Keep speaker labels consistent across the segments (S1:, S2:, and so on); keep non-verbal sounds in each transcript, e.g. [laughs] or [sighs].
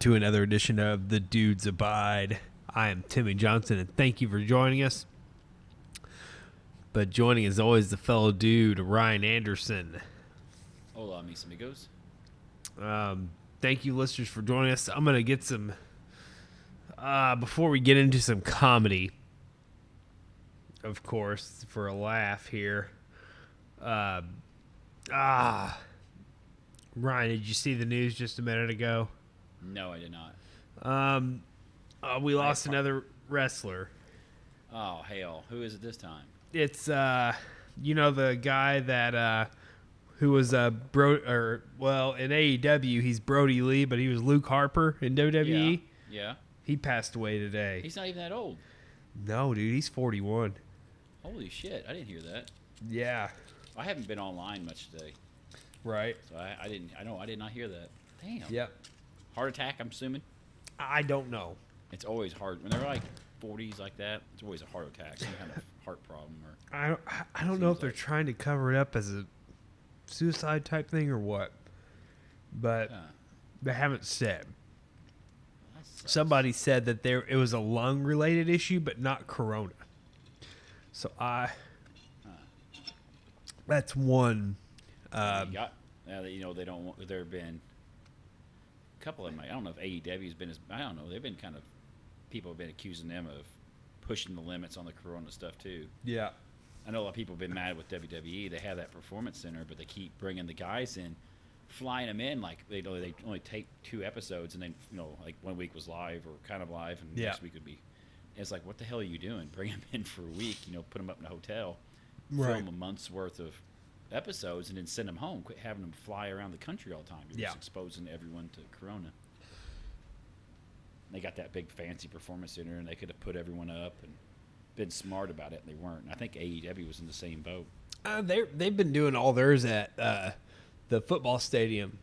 S1: to another edition of The Dudes Abide. I am Timmy Johnson, and thank you for joining us. But joining as always the fellow dude, Ryan Anderson.
S2: Hola, mis amigos.
S1: Um, thank you, listeners, for joining us. I'm going to get some, uh, before we get into some comedy, of course, for a laugh here. Uh, ah, Ryan, did you see the news just a minute ago?
S2: No, I did not.
S1: Um, uh, we lost another wrestler.
S2: Oh, hell. Who is it this time?
S1: It's uh, you know the guy that uh, who was uh bro or well in AEW he's Brody Lee, but he was Luke Harper in WWE.
S2: Yeah. yeah.
S1: He passed away today.
S2: He's not even that old.
S1: no, dude, he's 41.
S2: Holy shit. I didn't hear that.
S1: Yeah,
S2: I haven't been online much today,
S1: right.
S2: so I, I didn't. I know I did not hear that. Damn.
S1: Yep.
S2: Heart attack. I'm assuming.
S1: I don't know.
S2: It's always hard when they're like 40s like that. It's always a heart attack, some kind of [laughs] heart problem or
S1: I don't, I- I don't know
S2: Seems
S1: if they're
S2: like-
S1: trying to cover it up as a suicide type thing or what, but
S2: yeah.
S1: they haven't said.
S2: uh, That sucks.
S1: somebody said that there it was a lung related issue but not corona so i that's one
S2: They
S1: um,
S2: got now that you know they don't. want There have been a couple of them. I don't know if AEW's been as I don't know. They've been kind of people have been accusing them of pushing the limits on the Corona stuff too.
S1: yeah
S2: I know a lot of people have been mad with WWE. They have that performance center, but they keep bringing the guys in, flying them in like they they only take two episodes, and then you know like one week was live or kind of live, and
S1: Yeah.
S2: next week would be. It's like what the hell are you doing? Bring them in for a week, you know, put them up in a hotel,
S1: Right.
S2: film a month's worth of episodes, and then send them home. Quit having them fly around the country all the time. You're
S1: Yeah.
S2: just exposing everyone to Corona. They got that big fancy performance center, and they could have put everyone up and been smart about it, and they weren't. And I think AEW was in the same boat.
S1: uh, they they've been doing all theirs at uh, the football stadium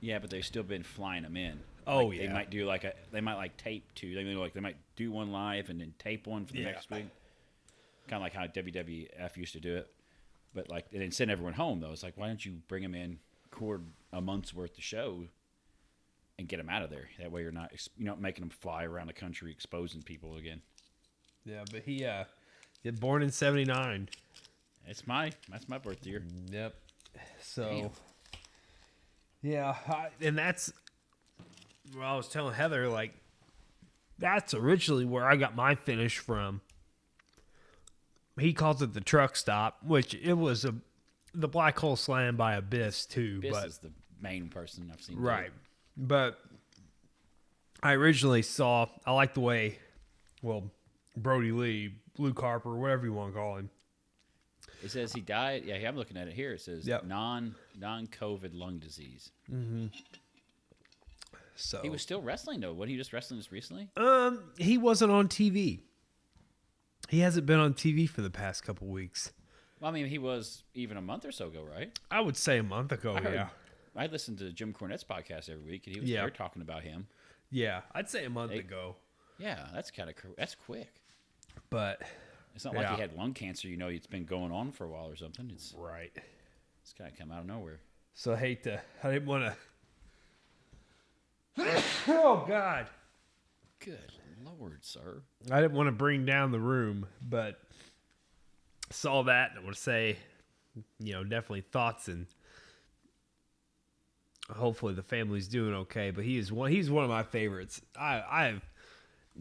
S2: Yeah, but they've still been flying them in.
S1: Oh,
S2: Like,
S1: yeah.
S2: They might do like a. They might like tape two. They may like they might do one live and then tape one for the
S1: Yeah.
S2: next week. Kind of like how WWF used to do it, but like and then send everyone home though. It's like why don't you bring them in, record a month's worth of show, and get them out of there. That way you're not ex- you're not making them fly around the country exposing people again.
S1: yeah but he uh yeah, born in 79
S2: It's my that's my birth year.
S1: yep so yeah I, and that's well i was telling heather like that's originally where i got my finish from he calls it the truck stop, which it was a the black hole slam by Abyss too,
S2: This
S1: but
S2: is the main person I've seen. do it.
S1: right. But I originally saw I like the way well Brody Lee, Luke Harper, whatever you want to call him.
S2: It says he died. Yeah, I'm looking at it here. It says
S1: Yep.
S2: non non COVID lung disease.
S1: So
S2: He was still wrestling though. Wasn't he just wrestling just recently?
S1: um he wasn't on TV. He hasn't been on TV for the past couple weeks.
S2: Well, I mean, he was even a month or so ago, right?
S1: I would say a month ago,
S2: I heard-
S1: Oh, yeah.
S2: I listened to Jim Cornette's podcast every week, and he was
S1: Yeah.
S2: there talking about him.
S1: Yeah, I'd say a month
S2: Hey.
S1: ago.
S2: Yeah, that's kind of that's quick.
S1: But
S2: It's not like
S1: Yeah.
S2: he had lung cancer. You know, it's been going on for a while or something. It's
S1: right.
S2: it's kind of come out of nowhere.
S1: So I hate to. I didn't want to. [coughs] oh God!
S2: Good lord, sir.
S1: I didn't want to bring down the room, but saw that and I want to say, you know, definitely thoughts and hopefully the family's doing okay. But he is one. He's one of my favorites. I I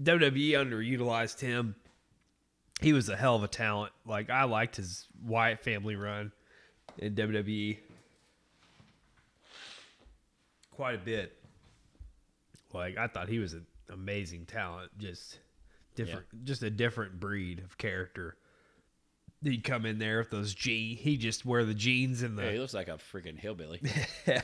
S1: WWE E underutilized him. He was a hell of a talent. Like I liked his Wyatt family run in E WWE quite a bit. Like I thought he was an amazing talent, just different, just a different breed of character. He'd come in there with those G. He just wear the jeans and the
S2: Yeah, he looks like a freaking
S1: [laughs]
S2: hillbilly.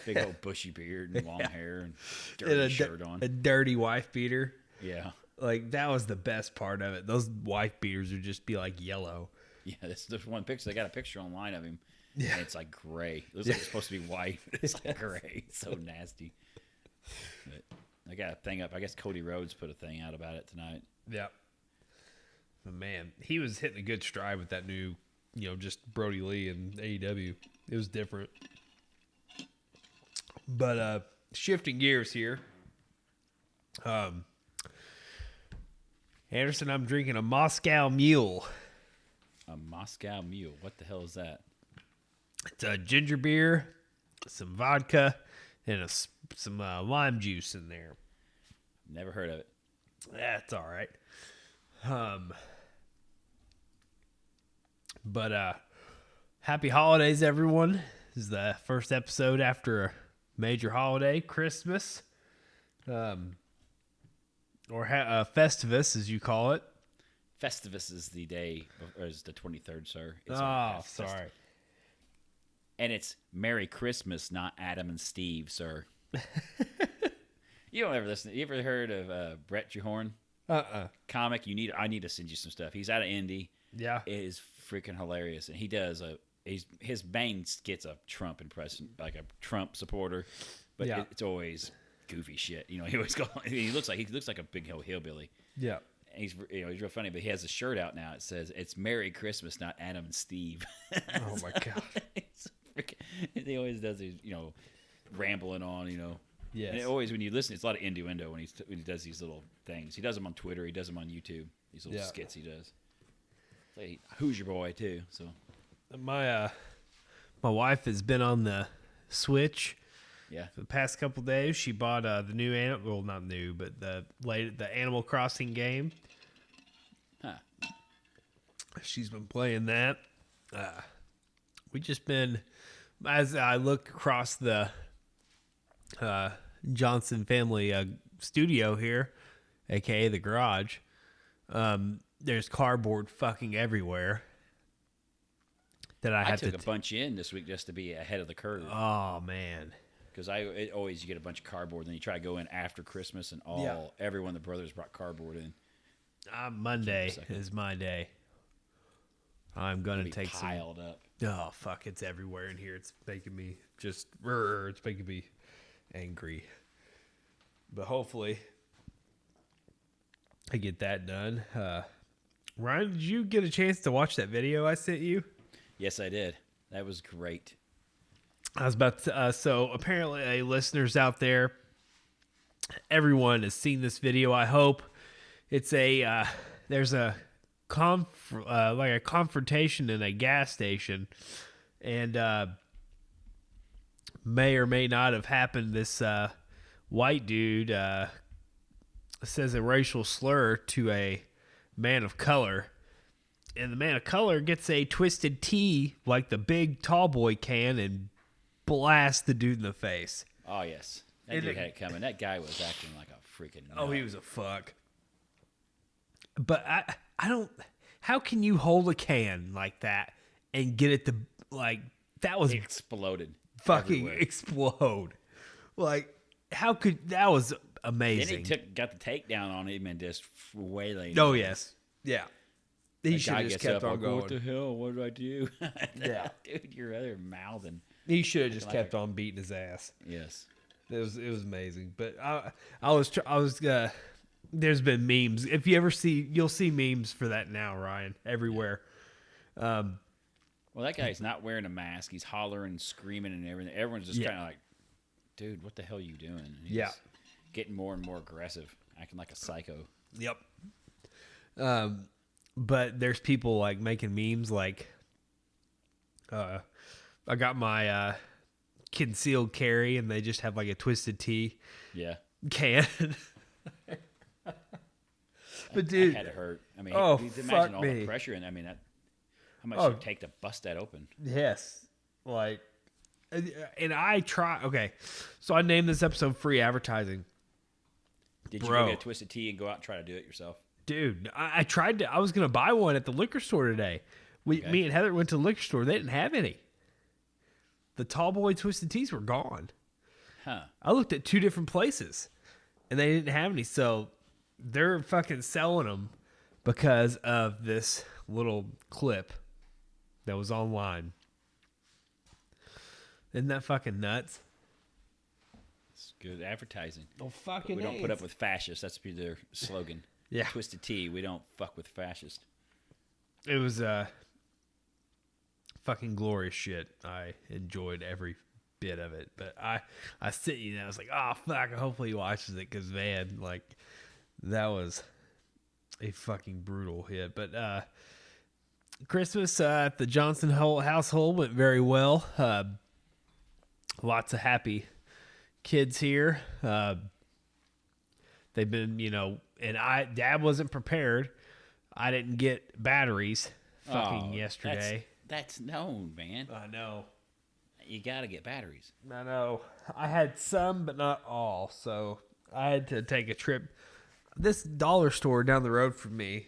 S2: Big old bushy beard and long hair and dirty
S1: and a, di-
S2: shirt on.
S1: a dirty wife beater.
S2: yeah,
S1: Like that was the best part of it. Those wife beaters would just be like yellow.
S2: yeah. This this one picture. They got a picture online of him. And it's like gray. It looks like it's supposed to be white. [laughs] It's like gray. It's so nasty. But I got a thing up. I guess Cody Rhodes put a thing out about it tonight.
S1: Yep. But man, he was hitting a good stride with that new, you know, just Brody Lee and AEW. It was different. But uh shifting gears here. Um, Anderson, I'm drinking a Moscow Mule.
S2: A Moscow Mule. What the hell is that?
S1: It's a ginger beer, some vodka, and a, s- some uh, lime juice in there.
S2: Never heard of it.
S1: That's all right. Um, but uh, happy holidays, everyone! This is the first episode after a major holiday, Christmas, um, or ha- uh, Festivus, as you call it.
S2: Festivus is the day, or is the 23rd, sir. It's on
S1: Oh,
S2: Fest-
S1: sorry.
S2: And it's Merry Christmas, not Adam and
S1: [laughs]
S2: Steve, sir. you don't ever listen. You ever heard of uh, Brett Johorn?
S1: Uh uh
S2: Comic. You need. I need to send you some stuff. He's out of Indy.
S1: Yeah.
S2: It is freaking hilarious, and he does a. He's his main gets a Trump impression, like a Trump supporter, but
S1: Yeah.
S2: it- it's always goofy shit. You know, he always [laughs] go. He looks like he looks like a big hill hillbilly.
S1: yeah.
S2: And he's you know he's real funny, but he has a shirt out now. It says "It's Merry Christmas, not Adam and Steve." [laughs]
S1: Oh my [laughs] god.
S2: It's freaking- and he always does these you know rambling on you know.
S1: Yes.
S2: And it always when you listen, it's a lot of innuendo when he's when he does these little things. He does them on Twitter. He does them on YouTube. These little
S1: Yeah.
S2: skits he does. It's Like, who's your boy too? So
S1: My uh, my wife has been on the Switch.
S2: yeah,
S1: the past couple days she bought uh, the new animal well not new but the late the animal crossing game
S2: huh?
S1: she's been playing that uh, we just been as i look across the uh, johnson family uh, studio here aka the garage um, there's cardboard fucking everywhere that i
S2: I,
S1: have
S2: took
S1: to
S2: a bunch in this week just to be ahead of the curve
S1: oh man
S2: because I it, always you get a bunch of cardboard. Then you try to go in after Christmas, and all everyone the brothers brought cardboard in.
S1: uh, monday
S2: second.
S1: is my day i'm gonna
S2: Be
S1: take some
S2: piled up.
S1: Oh fuck! It's everywhere in here. It's making me just. rrr, It's making me angry. But hopefully, I get that done. Uh, Ryan, did you get a chance to watch that video I sent you?
S2: Yes, I did. That was great.
S1: I was about to. Uh, so apparently, uh, listeners out there, everyone has seen this video. I hope it's a uh, there's a conf- uh, like a confrontation in a gas station, and uh, may or may not have happened. This uh, white dude uh, says a racial slur to a man of color and the man of color gets a twisted T like the big tall boy can and blasts the dude in the face.
S2: Oh yes, that
S1: And
S2: dude
S1: it-
S2: had it coming. That guy was acting like a freaking.
S1: Oh,
S2: nut.
S1: he was a fuck. But I I don't how can you hold a can like that and get it to like that was
S2: exploded.
S1: fucking
S2: everywhere.
S1: explode. Like how could that was
S2: Then he
S1: amazing.
S2: took got the takedown on him and just wailing.
S1: oh yes. Yeah. He
S2: The
S1: should
S2: guy
S1: have just
S2: gets
S1: kept
S2: up,
S1: on
S2: like, What the
S1: going.
S2: hell? What did I do? [laughs]
S1: Yeah.
S2: dude, you're other mouthing.
S1: He should have just
S2: like a-
S1: kept on beating his ass.
S2: Yes.
S1: It was it was amazing. But I I was tr- I was uh, there's been memes. If you ever see, you'll see memes for that now, Ryan, everywhere.
S2: Well, that guy's not wearing a mask. He's hollering, screaming, and everything. Everyone's just
S1: Yeah.
S2: kind of like, "Dude, what the hell you doing?" And he's
S1: Yeah.
S2: just getting more and more aggressive, acting like a psycho.
S1: Yep. Um, but there's people like making memes like, uh, I got my uh concealed carry, and they just have like a twisted T
S2: Yeah,
S1: can. [laughs] but
S2: that had
S1: dude,
S2: to hurt. I mean,
S1: Oh,
S2: you can
S1: fuck
S2: imagine all
S1: me.
S2: the pressure, and I mean, that, how much
S1: Oh.
S2: it would take to bust that open?
S1: Yes. Like, and uh, and I try. Okay. So I named this episode free advertising.
S2: Did you
S1: Bro.
S2: go get a twisted tea and go out and try to do it yourself?
S1: Dude, I, I tried to, I was going to buy one at the liquor store today. We,
S2: Okay.
S1: Me and Heather went to the liquor store. They didn't have any. The tall boy twisted teas were gone.
S2: Huh?
S1: I looked at two different places and they didn't have any. So they're fucking selling them because of this little clip that was online. Isn't that fucking nuts?
S2: It's good advertising.
S1: Well,
S2: We
S1: fucking,
S2: don't put up with fascists. That's be their slogan.
S1: [laughs] Yeah.
S2: Twisted tea. We don't fuck with fascists.
S1: It was uh, fucking glorious shit. I enjoyed every bit of it, but I I sent you that. I was like, oh fuck. Hopefully he watches it because man, like that was a fucking brutal hit. But uh, Christmas uh, at the Johnson ho- household went very well. Uh, lots of happy kids here. Uh, they've been, you know, and I dad wasn't prepared. I didn't get batteries fucking
S2: Oh,
S1: yesterday.
S2: That's, that's known, man.
S1: I know.
S2: You got to get batteries.
S1: I know. I had some, but not all. So I had to take a trip. This dollar store down the road from me,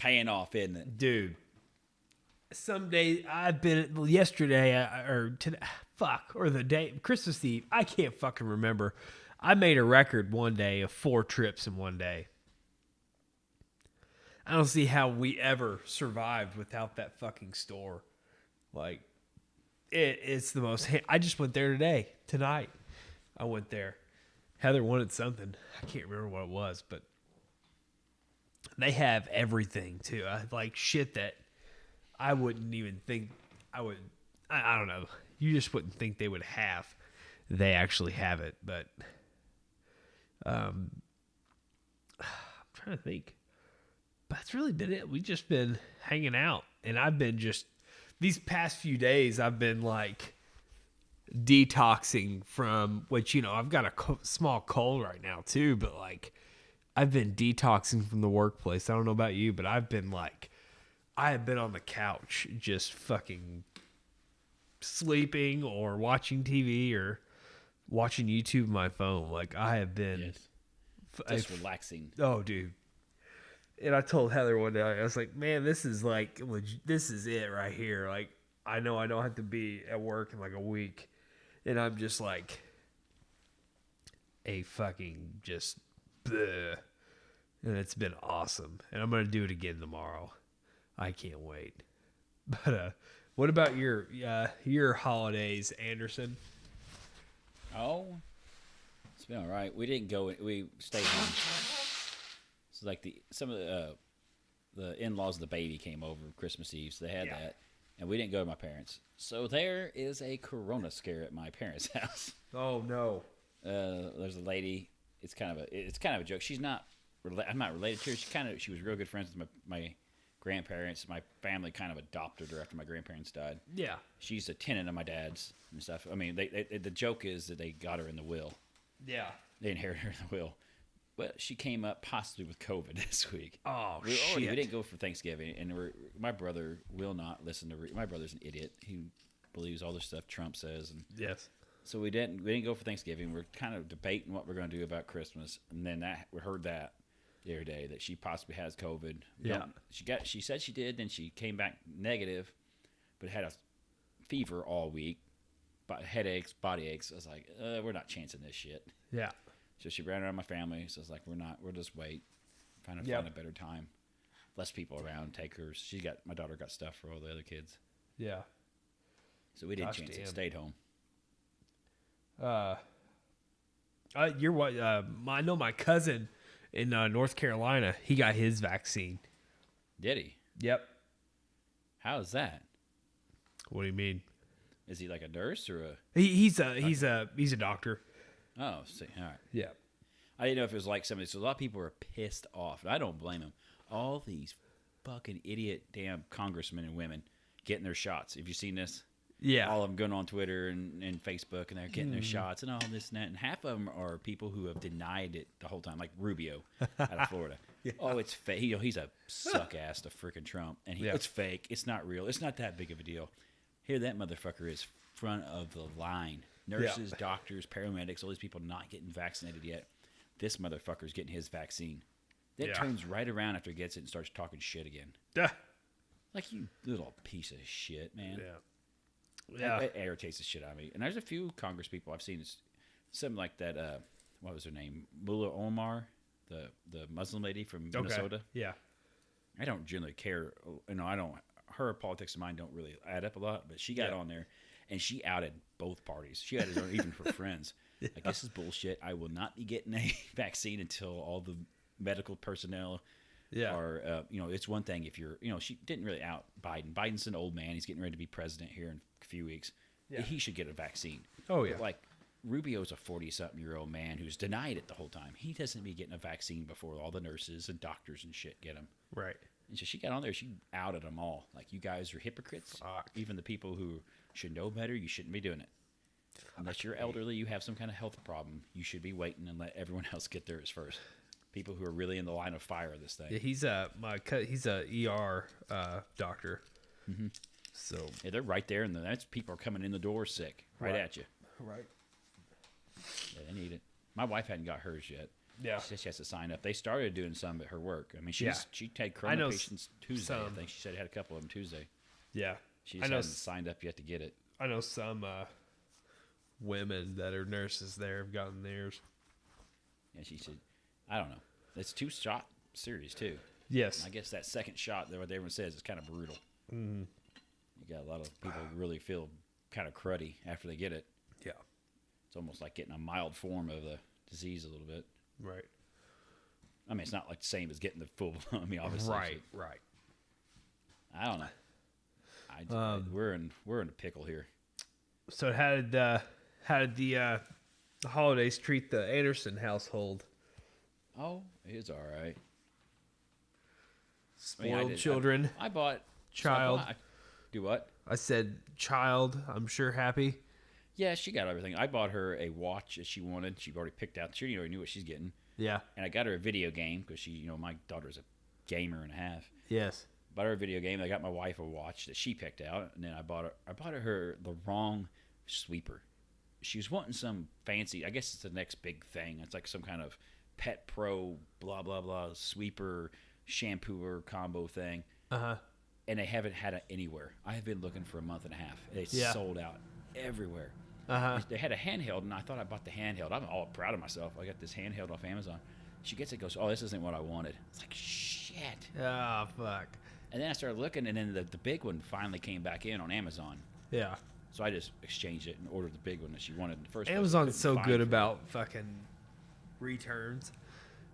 S2: Paying off, isn't it?
S1: dude. Some days I've been yesterday I- or today, fuck, or the day Christmas Eve. I can't fucking remember. I made a record one day of four trips in one day. I don't see how we ever survived without that fucking store. Like, it, it's the most. ha- I just went there today, tonight. I went there. Heather wanted something. I can't remember what it was, but they have everything too. I, like shit that I wouldn't even think I would. I, I don't know. You just wouldn't think they would have. They actually have it, but um, I'm trying to think. But that's really been it. We've just been hanging out, and I've been just these past few days. I've been like detoxing from which you know I've got a co- small cold right now too, but like I've been detoxing from the workplace. I don't know about you, but I've been like, I have been on the couch just fucking sleeping or watching TV or watching YouTube on my phone. Like I have been. f- a
S2: Just relaxing.
S1: Oh, dude. And I told Heather one day, I was like, man, this is like, leg- this is it right here. Like, I know I don't have to be at work in like a week. And I'm just like, a fucking just, bleh. and it's been awesome. And I'm going to do it again tomorrow. I can't wait. [laughs] But, uh, what about your uh, your holidays, Anderson?
S2: Oh, it's been all right. We didn't go. We stayed home. So like the some of the uh, the in laws of the baby came over Christmas Eve, so they had
S1: Yeah.
S2: that, and we didn't go to my parents. So there is a corona scare at my parents' [laughs] house.
S1: Oh no!
S2: Uh, there's a lady. It's kind of a it's kind of a joke. She's not. Rela- I'm not related to her. She kind of she was real good friends with my my grandparents. My family kind of adopted her after my grandparents died
S1: Yeah,
S2: she's a tenant of my dad's and stuff. I mean, they, they, the joke is that they got her in the will.
S1: yeah.
S2: They inherited her in the will. But she came up possibly with COVID [laughs] this week.
S1: Oh
S2: we, were
S1: shit!
S2: already- we didn't go for Thanksgiving, and we're, my brother will not listen to. Re- my brother's an idiot. He believes all the stuff Trump says, and
S1: yes.
S2: so we didn't we didn't go for Thanksgiving. We're kind of debating what we're going to do about Christmas, and then that we heard that the other day that she possibly has COVID.
S1: Yeah.
S2: Don't- she got she said she did, then she came back negative, but had a fever all week, but headaches, body aches. I was like, uh, we're not chancing this shit.
S1: Yeah.
S2: So she ran around my family. So it's like we're not. We'll just wait, find a
S1: Yep.
S2: find a better time, less people around, take her. She got my daughter got stuff for all the other kids,
S1: Yeah.
S2: so we didn't
S1: Gosh
S2: chance
S1: damn.
S2: it. Stayed home.
S1: Uh, you're what? Uh, my, I know my cousin in uh, North Carolina. He got his vaccine.
S2: Did he?
S1: Yep.
S2: How is that?
S1: What do you mean?
S2: Is he like a nurse or a?
S1: He, he's a he's a he's a doctor.
S2: Oh, see, all right.
S1: Yeah.
S2: I didn't know if it was like somebody. So a lot of people were pissed off, and I don't blame them. All these fucking idiot damn congressmen and women getting their shots. Have you seen this?
S1: Yeah. Hmm.
S2: All of them going on Twitter and, and Facebook, and they're getting their shots and all this and that. And half of them are people who have denied it the whole time, like Rubio
S1: [laughs]
S2: out of Florida. Oh, it's fake. You know, he's a suck ass to freaking Trump, and he,
S1: Yeah.
S2: it's fake. It's not real. It's not that big of a deal. Here, that motherfucker is front of the line. Nurses, doctors, paramedics, all these people not getting vaccinated yet. This motherfucker's getting his vaccine. That
S1: Yeah.
S2: turns right around after he gets it and starts talking shit again.
S1: yeah.
S2: Like you little piece of shit, man.
S1: Yeah.
S2: That, that irritates the shit out of me. And there's a few Congress people I've seen. It's something like that. Uh, what was her name? Mullah Omar, the the Muslim lady from
S1: Okay.
S2: Minnesota.
S1: Yeah.
S2: I don't generally care. You know, I don't. Her politics and mine don't really add up a lot. But she got
S1: Yeah.
S2: on there, and she outed both parties. She outed her, even
S1: [laughs]
S2: her friends. Like this is bullshit. I will not be getting a [laughs] vaccine until all the medical personnel
S1: Yeah.
S2: are. Uh, you know, it's one thing if you're. You know, she didn't really out Biden. Biden's an old man. He's getting ready to be president here in a few weeks.
S1: Yeah.
S2: He should get a vaccine.
S1: Oh,
S2: But,
S1: yeah.
S2: like Rubio's a forty-something year old man who's denied it the whole time. He doesn't be getting a vaccine before all the nurses and doctors and shit get him.
S1: Right.
S2: And so she got on there. She outed them all. Like you guys are hypocrites.
S1: Fuck.
S2: Even the people who should know better, you shouldn't be doing it. Unless you're elderly, you have some kind of health problem, you should be waiting and let everyone [laughs] else get theirs first. People who are really in the line of fire of this thing.
S1: Yeah, he's a my co- he's a ER uh, doctor. So
S2: Yeah, they're right there, and the, that's people are coming in the door sick, right,
S1: Right.
S2: at you.
S1: right.
S2: Yeah, they need it. My wife hadn't got hers yet.
S1: Yeah.
S2: she, said she has to sign up. They started doing some at her work. I mean, she's
S1: Yeah.
S2: she had
S1: I know
S2: corona
S1: s-
S2: patients Tuesday. I
S1: some.
S2: think she said had a couple of them Tuesday.
S1: Yeah.
S2: She
S1: I
S2: just
S1: know.
S2: hasn't
S1: s-
S2: signed up yet to get it.
S1: I know some uh, women that are nurses there have gotten theirs.
S2: And she said, I don't know. It's two shot series too.
S1: Yes.
S2: I guess that second shot that what everyone says is kind of brutal. Mm-hmm. You got a lot of people who really feel kind of cruddy after they get it.
S1: yeah.
S2: It's almost like getting a mild form of the disease a little bit.
S1: Right.
S2: I mean, it's not like the same as getting the full. [laughs] I mean, obviously,
S1: Right. Right.
S2: I don't know. I just,
S1: Um,
S2: we're in we're in a pickle here.
S1: So how did uh, how did the uh, the holidays treat the Anderson household?
S2: Oh, it's all right. I mean, I
S1: Spoiled
S2: did- I-
S1: children.
S2: I, bought
S1: Child.
S2: I- do what?
S1: I said child. I'm sure happy.
S2: Yeah, she got everything. I bought her a watch that she wanted. She already picked out. She already knew what she's getting.
S1: Yeah.
S2: And I got her a video game because she, you know, my daughter's a gamer and a half.
S1: Yes.
S2: bought her a video game. I got my wife a watch that she picked out, and then I bought her. I bought her the wrong sweeper. She was wanting some fancy. I guess it's the next big thing. It's like some kind of pet pro blah blah blah sweeper shampooer combo thing,
S1: Uh huh.
S2: and they haven't had it anywhere. I have been looking for a month and a half. It's
S1: Yeah.
S2: sold out everywhere.
S1: Uh huh.
S2: They had a handheld, and I thought I bought the handheld. I'm all proud of myself. I got this handheld off Amazon. She gets it, goes, "Oh, this isn't what I wanted." It's like shit.
S1: Ah, fuck.
S2: And then I started looking, and then the, the big one finally came back in on Amazon.
S1: Yeah.
S2: So I just exchanged it and ordered the big one that she wanted in the first place.
S1: Amazon's so
S2: Couldn't
S1: good
S2: find it.
S1: about fucking returns.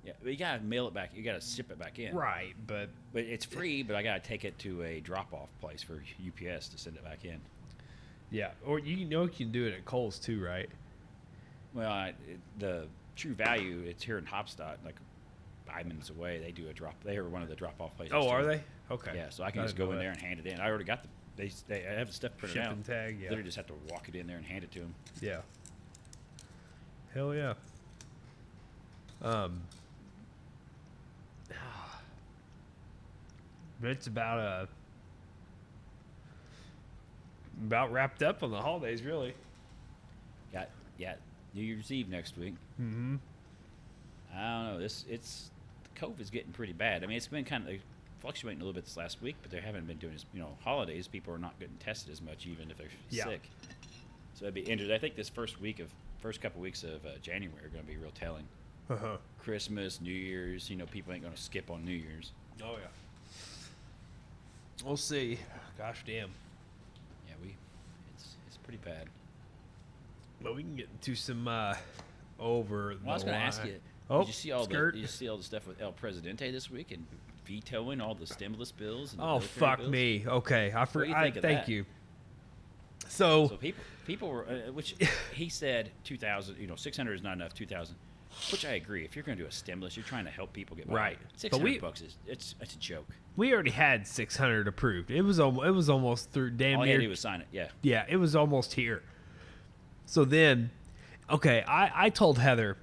S2: Yeah, but you gotta mail it back. You gotta ship it back in.
S1: Right, but
S2: But it's free, but I gotta take it to a drop off place for UPS to send it back in.
S1: yeah, or you know you can do it at Kohl's too, right?
S2: Well, I, it, the true value, it's here in Hopstock, like five minutes away. They do a drop. They are one of the drop off places.
S1: Oh,
S2: too.
S1: are they? Okay.
S2: Yeah, so I can just
S1: didn't
S2: go in
S1: know
S2: there
S1: that.
S2: and hand it in. I already got the. They, they I have the stuff printed
S1: Shipping
S2: out.
S1: tag, yeah.
S2: Literally just have to walk it in there and hand it to them.
S1: Yeah. Hell yeah. Um. [sighs] but It's about uh about wrapped up on the holidays, really.
S2: Got yeah, New Year's Eve next week. Mm-hmm. I don't know. This it's COVID's getting pretty bad. I mean, it's been kind of fluctuating a little bit this last week, but they haven't been doing as you know holidays. People are not getting tested as much, even if they're
S1: Yeah.
S2: sick. So that'd be interesting. I think this first week of first couple weeks of uh, January are going to be real telling.
S1: Uh-huh.
S2: Christmas, New Year's, you know, people ain't going to skip on New Year's.
S1: Oh yeah. We'll see. Gosh damn.
S2: Yeah, we, it's it's pretty bad.
S1: But we can get into some uh over
S2: Well, I was
S1: the
S2: going to ask
S1: line-
S2: you.
S1: Oh,
S2: did you see all
S1: skirt.
S2: the did you see all the stuff with El Presidente this week and vetoing all the stimulus bills? And the
S1: Oh
S2: military
S1: fuck
S2: bills?
S1: me. Okay, I
S2: do
S1: for,
S2: you
S1: I,
S2: think of
S1: thank
S2: that?
S1: you. So,
S2: So people people were
S1: [laughs]
S2: uh, which he said two thousand. You know, six hundred is not enough. Two thousand. Which I agree. If you're going to do a stimulus, you're trying to help people get by.
S1: Right.
S2: Six
S1: But we-
S2: hundred bucks is it's it's a joke.
S1: we already had 600 approved. It was al- it was almost through damn
S2: All you
S1: near
S2: had to do was sign it. Oh, Yeah.
S1: Yeah, it was almost here. So then, okay, I, I told Heather,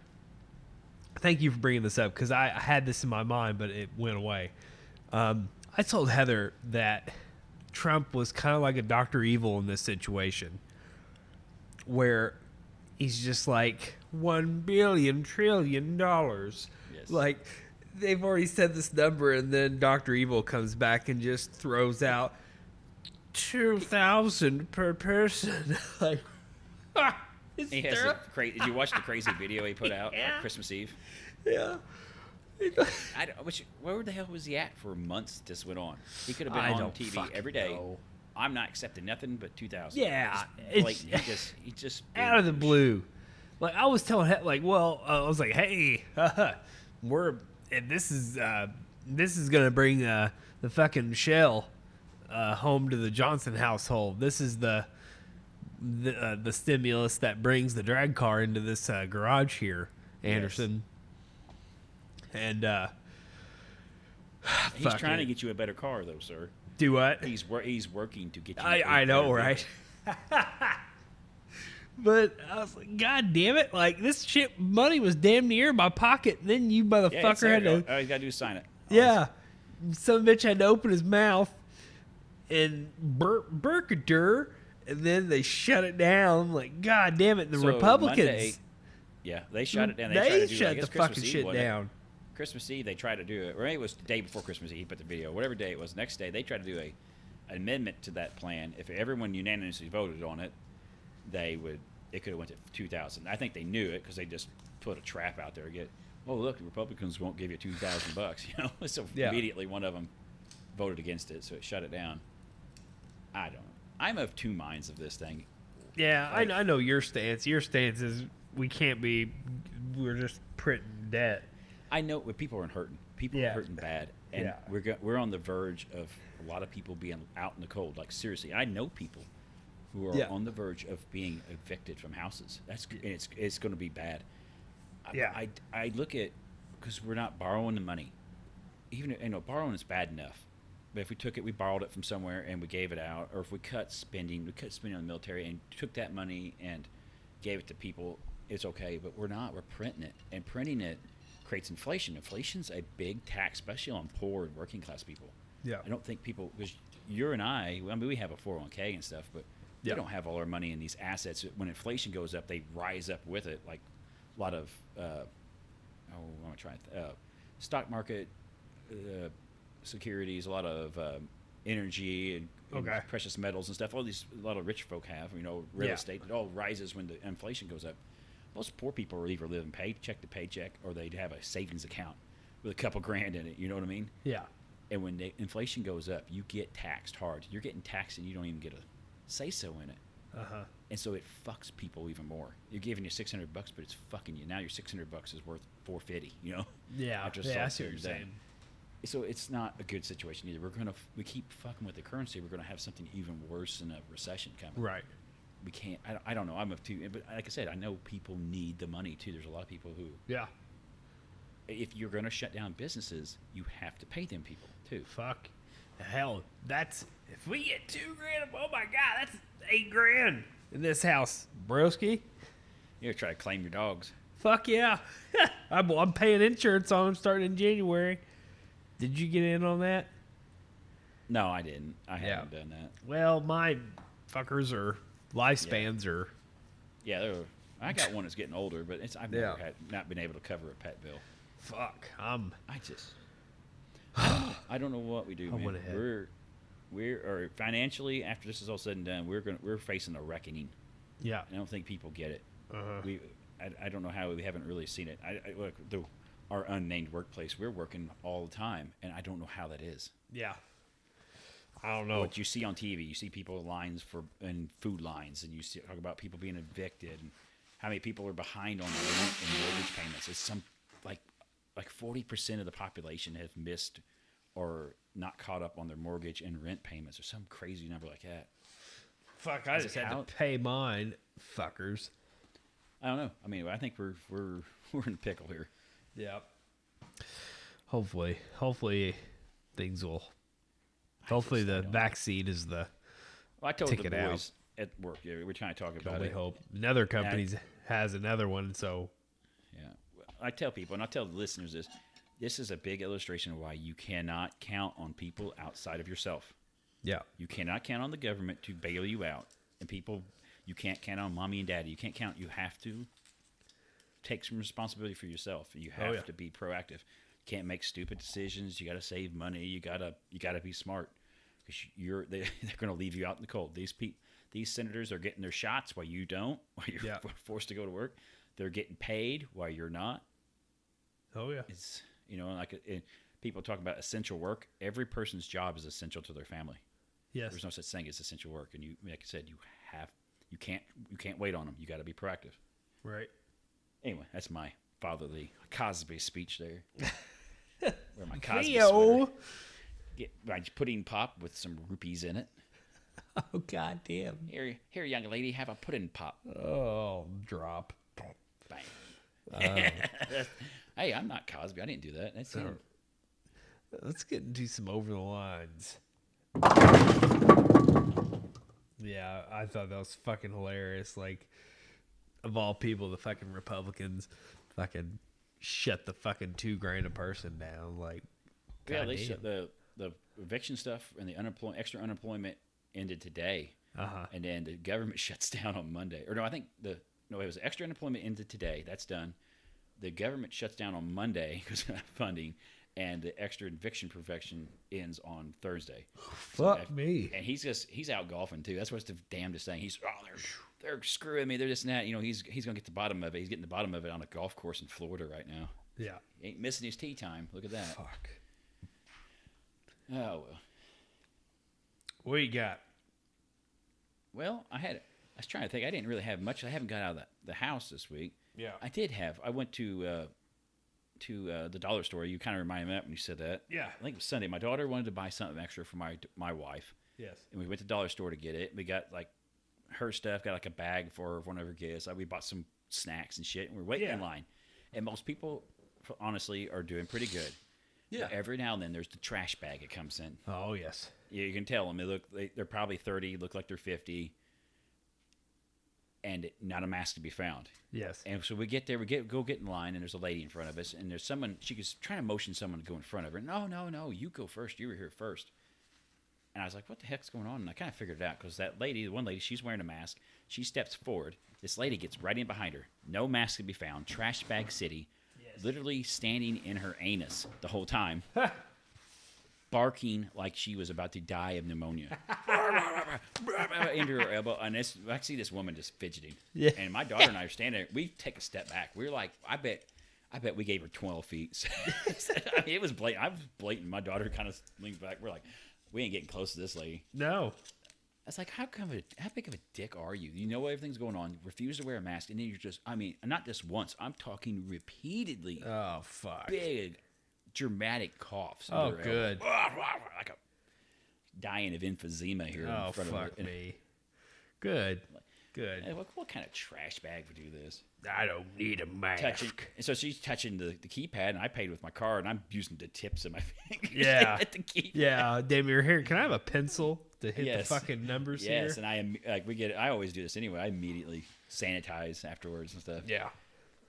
S1: thank you for bringing this up because I, I had this in my mind, but it went away. Um, I told Heather that Trump was kind of like a Dr. Evil in this situation where he's just like, one billion trillion dollars.
S2: Yes.
S1: Like, they've already said this number, and then Dr. Evil comes back and just throws out two thousand per person. [laughs] like, ah, is
S2: He has
S1: there
S2: the
S1: a-
S2: cra- Did you watch the crazy video he put out
S1: Yeah.
S2: on Christmas Eve?
S1: yeah.
S2: I don't, which, where the hell was he at for months? This went on. He could have
S1: I
S2: been on
S1: don't
S2: TV
S1: fucking
S2: every day.
S1: know.
S2: I'm not accepting nothing but 2,000.
S1: Yeah,
S2: it's
S1: it's-
S2: blatant. he just he just
S1: [laughs] out of the
S2: being-
S1: blue. Like I was telling, he- like, well, uh, I was like, hey, we're and this is uh, this is gonna bring uh, the fucking shell uh, home to the Johnson household. This is the the, uh, the stimulus that brings the drag car into this uh, garage here, Anderson. And uh,
S2: He's
S1: Fuck
S2: trying
S1: it.
S2: to get you a better car, though, sir.
S1: do what?
S2: He's wor- he's working to get you.
S1: I,
S2: a
S1: I know,
S2: better
S1: right? [laughs] but I was like, God damn it! Like this shit, money was damn near in my pocket. Then you
S2: vehicle. Yeah,
S1: motherfucker
S2: it's there.
S1: had to,
S2: All you gotta do is sign it.
S1: yeah, some bitch had to open his mouth and bur- burkadur, and then they shut it down. Like, God damn it! The
S2: So,
S1: Republicans,
S2: Monday, yeah, they shut it down. They,
S1: they,
S2: tried to do, I
S1: shut
S2: guess
S1: the
S2: Christmas
S1: fucking
S2: Eve,
S1: shit
S2: wasn't it?
S1: down.
S2: Christmas Eve, they tried to do it. Or maybe it was the day before Christmas Eve, but the video, whatever day it was, next day, they tried to do a an amendment to that plan. If everyone unanimously voted on it, they would. It could have went to 2,000. I think they knew it because they just put a trap out there. to Get, oh look, the Republicans won't give you 2,000 bucks. [laughs] You know, so
S1: Yeah.
S2: immediately one of them voted against it, so it shut it down. I don't. I'm of two minds of this thing.
S1: Yeah,
S2: Like-
S1: I, I know your stance. Your stance is we can't be. We're just printing debt.
S2: I know when people are hurting. People
S1: Yeah.
S2: are hurting bad, and
S1: Yeah.
S2: we're go- we're on the verge of a lot of people being out in the cold. Like seriously, I know people who are
S1: Yeah.
S2: on the verge of being evicted from houses. That's and it's it's going to be bad. I,
S1: Yeah.
S2: I I look at because we're not borrowing the money. Even you know borrowing is bad enough, but if we took it, we borrowed it from somewhere and we gave it out, or if we cut spending, we cut spending on the military and took that money and gave it to people. It's okay, but we're not. We're printing it, and printing it creates inflation. Inflation's a big tax, especially on poor and working class people.
S1: Yeah.
S2: I don't think people because you and I, I mean, we have a 401k and stuff, but
S1: Yeah.
S2: we don't have all our money in these assets. When inflation goes up, they rise up with it. Like a lot of uh, oh, I'm gonna try th- uh, stock market uh, securities, a lot of um, energy and, and
S1: Okay.
S2: precious metals and stuff. All these a lot of rich folk have, you know, real
S1: Yeah.
S2: estate. It all rises when the inflation goes up. Most poor people are either living paycheck to paycheck or they have a savings account with a couple grand in it. You know what I mean?
S1: Yeah,
S2: And when the inflation goes up, you get taxed hard. You're getting taxed and you don't even get a say so in it.
S1: uh huh.
S2: And so it fucks people even more. You're giving you 600 bucks, but it's fucking you. Now your 600 bucks is worth 450, you know?
S1: [laughs] Yeah,
S2: After
S1: yeah, I
S2: salt
S1: see what
S2: and
S1: you're
S2: that.
S1: saying.
S2: So it's not a good situation either. We're going to, we keep fucking with the currency. We're going to have something even worse than a recession coming.
S1: Right.
S2: We can't, I don't, I don't know. I'm of two, but like I said, I know people need the money too. There's a lot of people who,
S1: Yeah.
S2: if you're going to shut down businesses, you have to pay them people too.
S1: Fuck. Hell, that's if we get two grand. Oh my god, that's eight grand in this house, broski.
S2: You're going to try to claim your dogs.
S1: Fuck yeah. [laughs] I'm, I'm paying insurance on them starting in January. Did you get in on that?
S2: No, I didn't. I
S1: Yeah.
S2: haven't done that.
S1: Well, my fuckers are lifespans are.
S2: Yeah, there were, I got one that's getting older, but it's I've never
S1: Yeah.
S2: had not been able to cover a pet bill.
S1: Fuck. I'm.
S2: I
S1: [sighs]
S2: just I don't know- I don't know what we do.
S1: I
S2: man.
S1: went ahead.
S2: We're we're or financially after this is all said and done, we're gonna we're facing a reckoning.
S1: Yeah.
S2: I don't think people get it.
S1: Uh-huh.
S2: We I, I don't know how we haven't really seen it. I, I look the, our unnamed workplace. We're working all the time, and I don't know how that is.
S1: Yeah. I don't know.
S2: What you see on TV, you see people in lines for in food lines, and you see, talk about people being evicted, and how many people are behind on rent and mortgage payments. It's some like like forty percent of the population have missed or not caught up on their mortgage and rent payments, or some crazy number like that.
S1: Fuck. I
S2: Is it
S1: just had
S2: out?
S1: to pay mine. Fuckers.
S2: I don't know. I mean, I think we're we're [laughs] we're in a pickle here.
S1: Yeah. Hopefully, hopefully things will. Hopefully, the vaccine is the
S2: Well, I told
S1: Ticket
S2: the
S1: out.
S2: boys at work. Yeah, we we're trying to talk about
S1: only
S2: it.
S1: hope. Another company's has another one, so
S2: Yeah. Well, I tell people, and I tell the listeners this this is a big illustration of why you cannot count on people outside of yourself.
S1: yeah,
S2: You cannot count on the government to bail you out. And people, you can't count on mommy and daddy. You can't count. You have to take some responsibility for yourself. You have
S1: Oh, yeah.
S2: to be proactive. You can't make stupid decisions. You got to save money. You gotta you gotta be smart because you're [laughs] they, they're going to leave you out in the cold. These pe- these senators are getting their shots while you don't. [laughs] While you're
S1: Yeah.
S2: forced to go to work, they're getting paid while you're not
S1: oh yeah,
S2: it's you know like it, people talk about essential work every person's job is essential to their family
S1: yes,
S2: there's no such thing as essential work and you like i said you have you can't you can't wait on them you got to be proactive
S1: right.
S2: anyway that's my fatherly cosby speech there [laughs] Wear my cosby
S1: Theo.
S2: sweater. Get, my pudding pop with some rupees in it
S1: [laughs] Oh god damn.
S2: Here, here, young lady, have a pudding pop.
S1: Oh drop.
S2: Bang. [laughs] hey, I'm not Cosby. I didn't do that. That's him.
S1: Let's get into some over the lines. Yeah, I thought that was fucking hilarious. Like, of all people, the fucking Republicans fucking shut the fucking two grand a person down. Like,
S2: Yeah, they
S1: goddamn.
S2: shut the the eviction stuff and the unemployment, extra unemployment ended today,
S1: Uh-huh.
S2: Uh, and then the government [laughs] shuts down on Monday. Or no, I think the no, it was extra unemployment ended today. That's done. The government shuts down on Monday [laughs] because of funding, and the extra eviction perfection ends on Thursday.
S1: Fuck me.
S2: And he's just he's out golfing too. That's what's the damnedest thing. He's oh they're they're screwing me. They're this and that. You know he's he's gonna get the bottom of it. He's getting the bottom of it on a golf course in Florida right now.
S1: Yeah.
S2: He ain't missing his tee time. Look at that.
S1: Fuck.
S2: Oh well.
S1: What you got?
S2: Well, I had. I was trying to think. I didn't really have much. I haven't got out of the, the house this week.
S1: Yeah.
S2: I did have. I went to uh, to uh, the dollar store. You kind of reminded me of that when you said that.
S1: Yeah.
S2: I think it was Sunday. My daughter wanted to buy something extra for my my wife,
S1: Yes.
S2: and we went to the dollar store to get it. We got like her stuff. Got like a bag for her, one of her gifts. Like, we bought some snacks and shit, and we're waiting in
S1: Yeah.
S2: line. And most people, honestly, are doing pretty good.
S1: Yeah.
S2: But every now and then, there's the trash bag that comes in.
S1: Oh yes.
S2: Yeah, you can tell them. They look they, they're probably thirty, look like they're fifty, and not a mask to be found.
S1: Yes.
S2: And so we get there, we get go get in line, and there's a lady in front of us, and there's someone. She was trying to motion someone to go in front of her. No, no, no, you go first. You were here first. And I was like, "What the heck's going on?" And I kind of figured it out because that lady, the one lady, she's wearing a mask. She steps forward. This lady gets right in behind her. No mask to be found. Trash bag city, literally standing in her anus the whole time, barking like she was about to die of pneumonia into her elbow, and this, I see this woman just fidgeting.
S1: Yeah.
S2: And my daughter and I are standing there. We take a step back. We're like, I bet, I bet we gave her twelve feet. [laughs] I mean, it was blatant. I was blatant. My daughter kind of leans back. We're like, we ain't getting close to this lady.
S1: No.
S2: I was like, how come? A, how big of a dick are you? You know everything's going on. Refuse to wear a mask, and then you're just. I mean, not just once. I'm talking repeatedly.
S1: Oh fuck.
S2: big, dramatic coughs.
S1: Oh,
S2: under her elbow.
S1: good.
S2: Like a dying of emphysema here.
S1: Oh
S2: in front of her.
S1: fuck me. Good. Good.
S2: Hey, What, what kind of trash bag would do this?
S1: I don't need a mask.
S2: Touching, and so she's touching the, the keypad, and I paid with my card, and I'm using the tips of my [laughs] fingers
S1: Yeah.
S2: at the keypad.
S1: Yeah, damn, you're here. Can I have a pencil to hit
S2: Yes.
S1: the fucking numbers
S2: Yes,
S1: here?
S2: and I am like we get. I always do this anyway. I immediately sanitize afterwards and stuff.
S1: Yeah.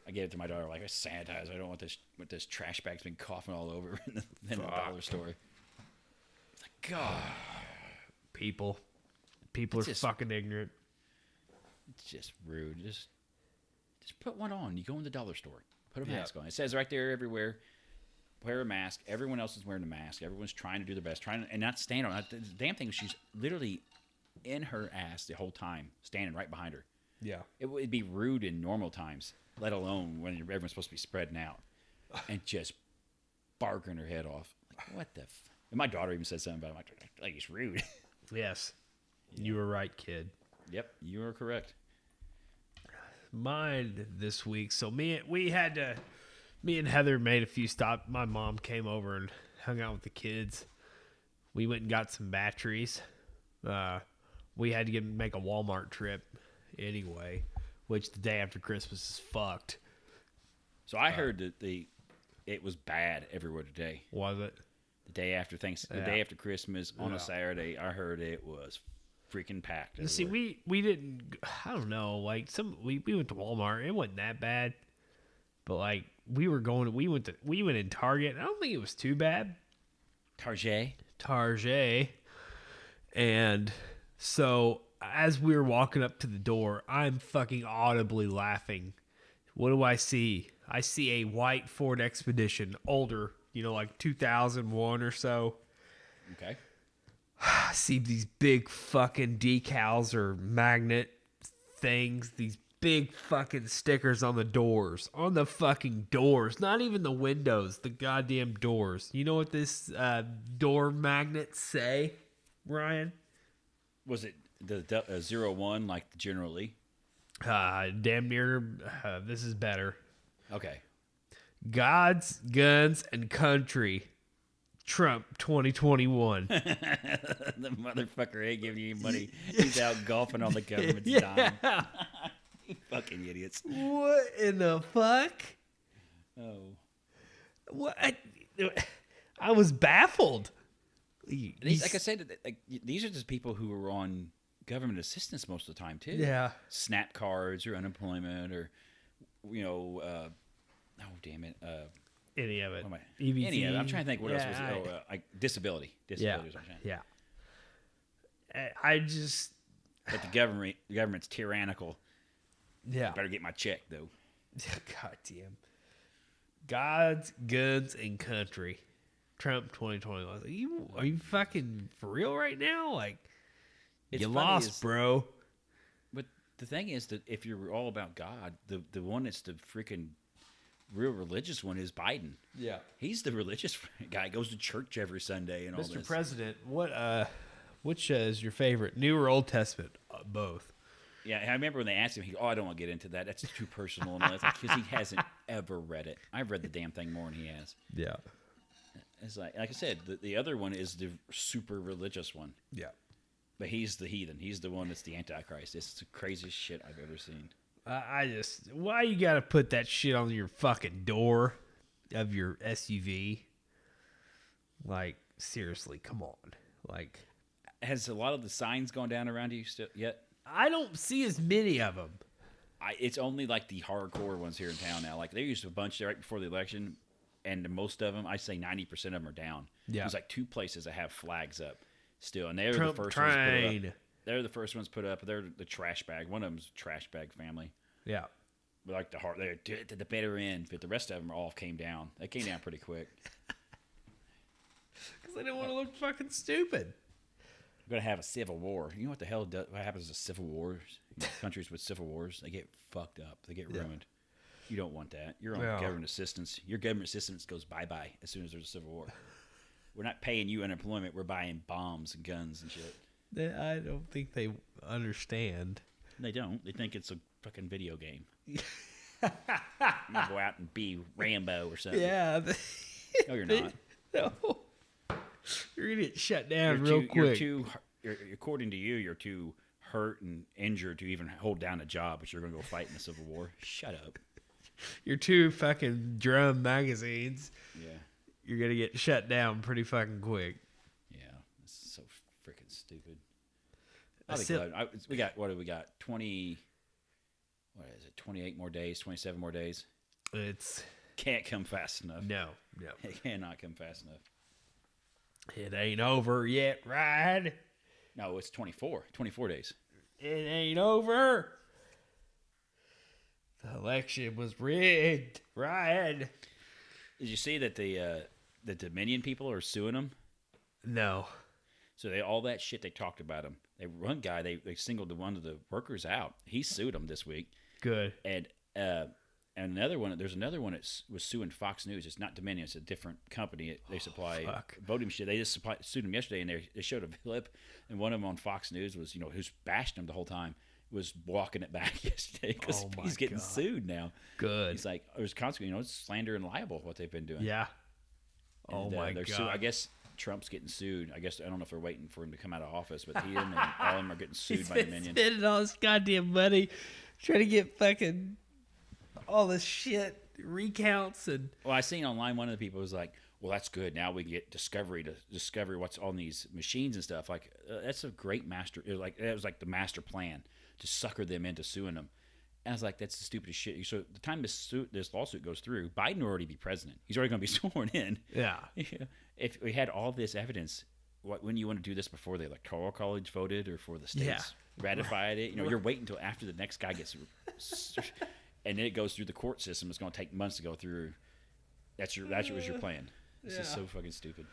S2: I gave it to my daughter like I sanitize. I don't want this. What this trash bag's been coughing all over [laughs] in the, in the dollar store. It's like God,
S1: People. People are
S2: It's just-
S1: fucking ignorant.
S2: it's just rude. Just just put one on. You go in the dollar store, put a
S1: Yeah.
S2: mask on. It says right there everywhere. Wear a mask. Everyone else is wearing a mask. Everyone's trying to do their best, trying to, and not stand on. it. The damn thing, she's literally in her ass the whole time, standing right behind her.
S1: Yeah.
S2: It would be rude in normal times, let alone when everyone's supposed to be spreading [sighs] out and just barking her head off. Like, what the? F-? And my daughter even said something about it. I'm like, like it's rude. [laughs]
S1: Yes. You were right, kid.
S2: yep, you are correct.
S1: Mine this week. So me we had to me and Heather made a few stop. My mom came over and hung out with the kids. We went and got some batteries. Uh, we had to get make a Walmart trip anyway, which the day after Christmas is fucked.
S2: So I heard that the it was bad everywhere today.
S1: Was it?
S2: The day after thanks, the
S1: Yeah.
S2: day after Christmas on
S1: Yeah.
S2: a Saturday, I heard it was freaking packed.
S1: And See,
S2: everywhere.
S1: we we didn't. I don't know. Like some, we, we went to Walmart. It wasn't that bad, but like we were going. We went to we went in Target. I don't think it was too bad.
S2: Target.
S1: Target, and so as we were walking up to the door, I'm fucking audibly laughing. What do I see? I see a white Ford Expedition, older, you know, like 2001 or so.
S2: Okay.
S1: I see these big fucking decals or magnet things, these big fucking stickers on the doors, on the fucking doors, not even the windows, the goddamn doors. You know what this uh, door magnets say, Ryan?
S2: Was it the, the uh, zero one like the General Lee?
S1: Uh, damn near, uh, this is better.
S2: Okay.
S1: God's guns and country. Trump [laughs] 2021.
S2: [laughs] the motherfucker ain't giving you any
S1: [laughs]
S2: money. He's out golfing on the government's dime. [laughs] Fucking idiots.
S1: what in the fuck?
S2: Oh.
S1: What? I, I was baffled. You-
S2: And these,
S1: you
S2: like I
S1: s-
S2: said, like, y- these are just people who are on government assistance most of the time too.
S1: Yeah.
S2: Snap cards or unemployment or, you know, uh, oh damn it, uh,
S1: any of it.
S2: what am I?
S1: EBT.
S2: Oh, Any of it. I'm trying to think what
S1: E Yeah,
S2: else was. Oh, uh, like disability.
S1: yeah.
S2: Disability. Or something.
S1: Yeah. I- I just
S2: But the government, the government's tyrannical.
S1: yeah. [laughs]
S2: Better get my check though.
S1: God damn. God's guns and country. Trump 2020. Are you are you fucking for real right now? Like
S2: It's
S1: you
S2: funny
S1: lost,
S2: is-
S1: bro.
S2: But the thing is that if you're all about God, the the one that's the freaking real religious one is Biden.
S1: Yeah.
S2: He's the religious [laughs] guy. Goes to church every Sunday and all
S1: Mr.
S2: this.
S1: President, what uh which uh, is your favorite, New or Old Testament? Uh, both.
S2: Yeah, I remember when they asked him, he, "Oh, I don't want to get into that. That's too personal," and because
S1: [laughs]
S2: he hasn't ever read it. I've read the damn thing more than he has.
S1: Yeah.
S2: It's like, like I said, the, the other one is the super religious one,
S1: Yeah.
S2: but he's the heathen. He's the one that's the antichrist. It's the craziest shit I've ever seen.
S1: I I just why you gotta put that shit on your fucking door of your SUV? Like seriously, come on. Like
S2: Has a lot of the signs gone down around you still yet?
S1: I don't see as many of them.
S2: I, it's only like the hardcore ones here in town now. Like there used to be a bunch there right before the election, and most of them, I say ninety percent of them are down.
S1: Yeah.
S2: there's like two places that have flags up still, and they're
S1: Trump
S2: the first ones put
S1: train.
S2: up. They're the first ones put up. They're the trash bag. One of them's trash bag family,
S1: Yeah.
S2: but like the hard, they're d- d- the better end. But the rest of them all came down. They came down pretty quick.
S1: Because I didn't want to look fucking stupid.
S2: We're gonna have a civil war. You know what the hell does, what happens to civil wars? Countries with civil wars, they get fucked up. They get ruined. You don't want that. You're on
S1: No.
S2: government assistance. Your government assistance goes bye bye as soon as there's a civil war. We're not paying you unemployment. We're buying bombs and guns and shit.
S1: They- I don't think they understand.
S2: And They don't. They think it's a fucking
S1: [laughs]
S2: video game. You go out and be Rambo or something.
S1: Yeah. [laughs]
S2: No, you're
S1: they-
S2: not.
S1: No. You're going to get shut
S2: You're
S1: down
S2: too,
S1: real
S2: You're
S1: quick.
S2: too. You're, according to you, you're too hurt and injured to even hold down a job, but you're gonna go fight in the civil war. Shut up.
S1: Your two fucking drum magazines.
S2: Yeah.
S1: You're going to get shut down pretty fucking quick.
S2: Yeah, it's so freaking stupid.
S1: I
S2: I think
S1: still-
S2: eleven- I, it's- we got what do we got? Twenty. What is it? Twenty-eight more days. Twenty-seven more days.
S1: It's
S2: Can't come fast enough.
S1: no, no.
S2: [laughs] It cannot come fast enough.
S1: It ain't over yet, right?
S2: No, it's 24. 24 days.
S1: It ain't over. The election was rigged, right?
S2: Did you see that the uh, the Dominion people are suing them?
S1: No.
S2: So they all that shit they talked about them. They one guy they they singled the one of the workers out. He sued them this week.
S1: Good.
S2: and uh, and another one. There's another one that s- was suing Fox News. It's not Dominion. It's a different company. It- They supply
S1: Oh, fuck.
S2: voting shit. They just supply, sued them yesterday, and they, they showed a [laughs] clip. And one of them on Fox News was you know who's bashed him the whole time was walking it back [laughs] yesterday because
S1: Oh my
S2: he's getting
S1: God.
S2: sued now.
S1: Good.
S2: He's like there's consequences. You know it's slander and libel what they've been doing.
S1: Yeah. Oh
S2: And, uh,
S1: my
S2: they're
S1: god.
S2: su- I guess Trump's getting sued. I guess I don't know if they're waiting for him to come out of office, but
S1: [laughs]
S2: he and all of them are getting sued
S1: He's [laughs]
S2: by
S1: been
S2: Dominion.
S1: spending all this goddamn money trying to get fucking all this shit recounts and
S2: Well, I seen online one of the people was like, "Well, that's good. Now we get discovery to discover what's on these machines and stuff." Like uh, that's a great master. It was like that was like the master plan to sucker them into suing them. And I was like, "That's the stupidest shit." So the time this suit, this lawsuit goes through, Biden will already be president. He's already going to be [laughs] sworn in.
S1: yeah.
S2: [laughs] if we had all this evidence, what when you want to do this before the electoral college voted or for the states
S1: Yeah.
S2: ratified it? You know, you're waiting until after the next guy gets, [laughs] and then it goes through the court system. It's going to take months to go through. That's your that was your plan. This is
S1: Uh, Yeah.
S2: so
S1: [sighs]
S2: fucking stupid.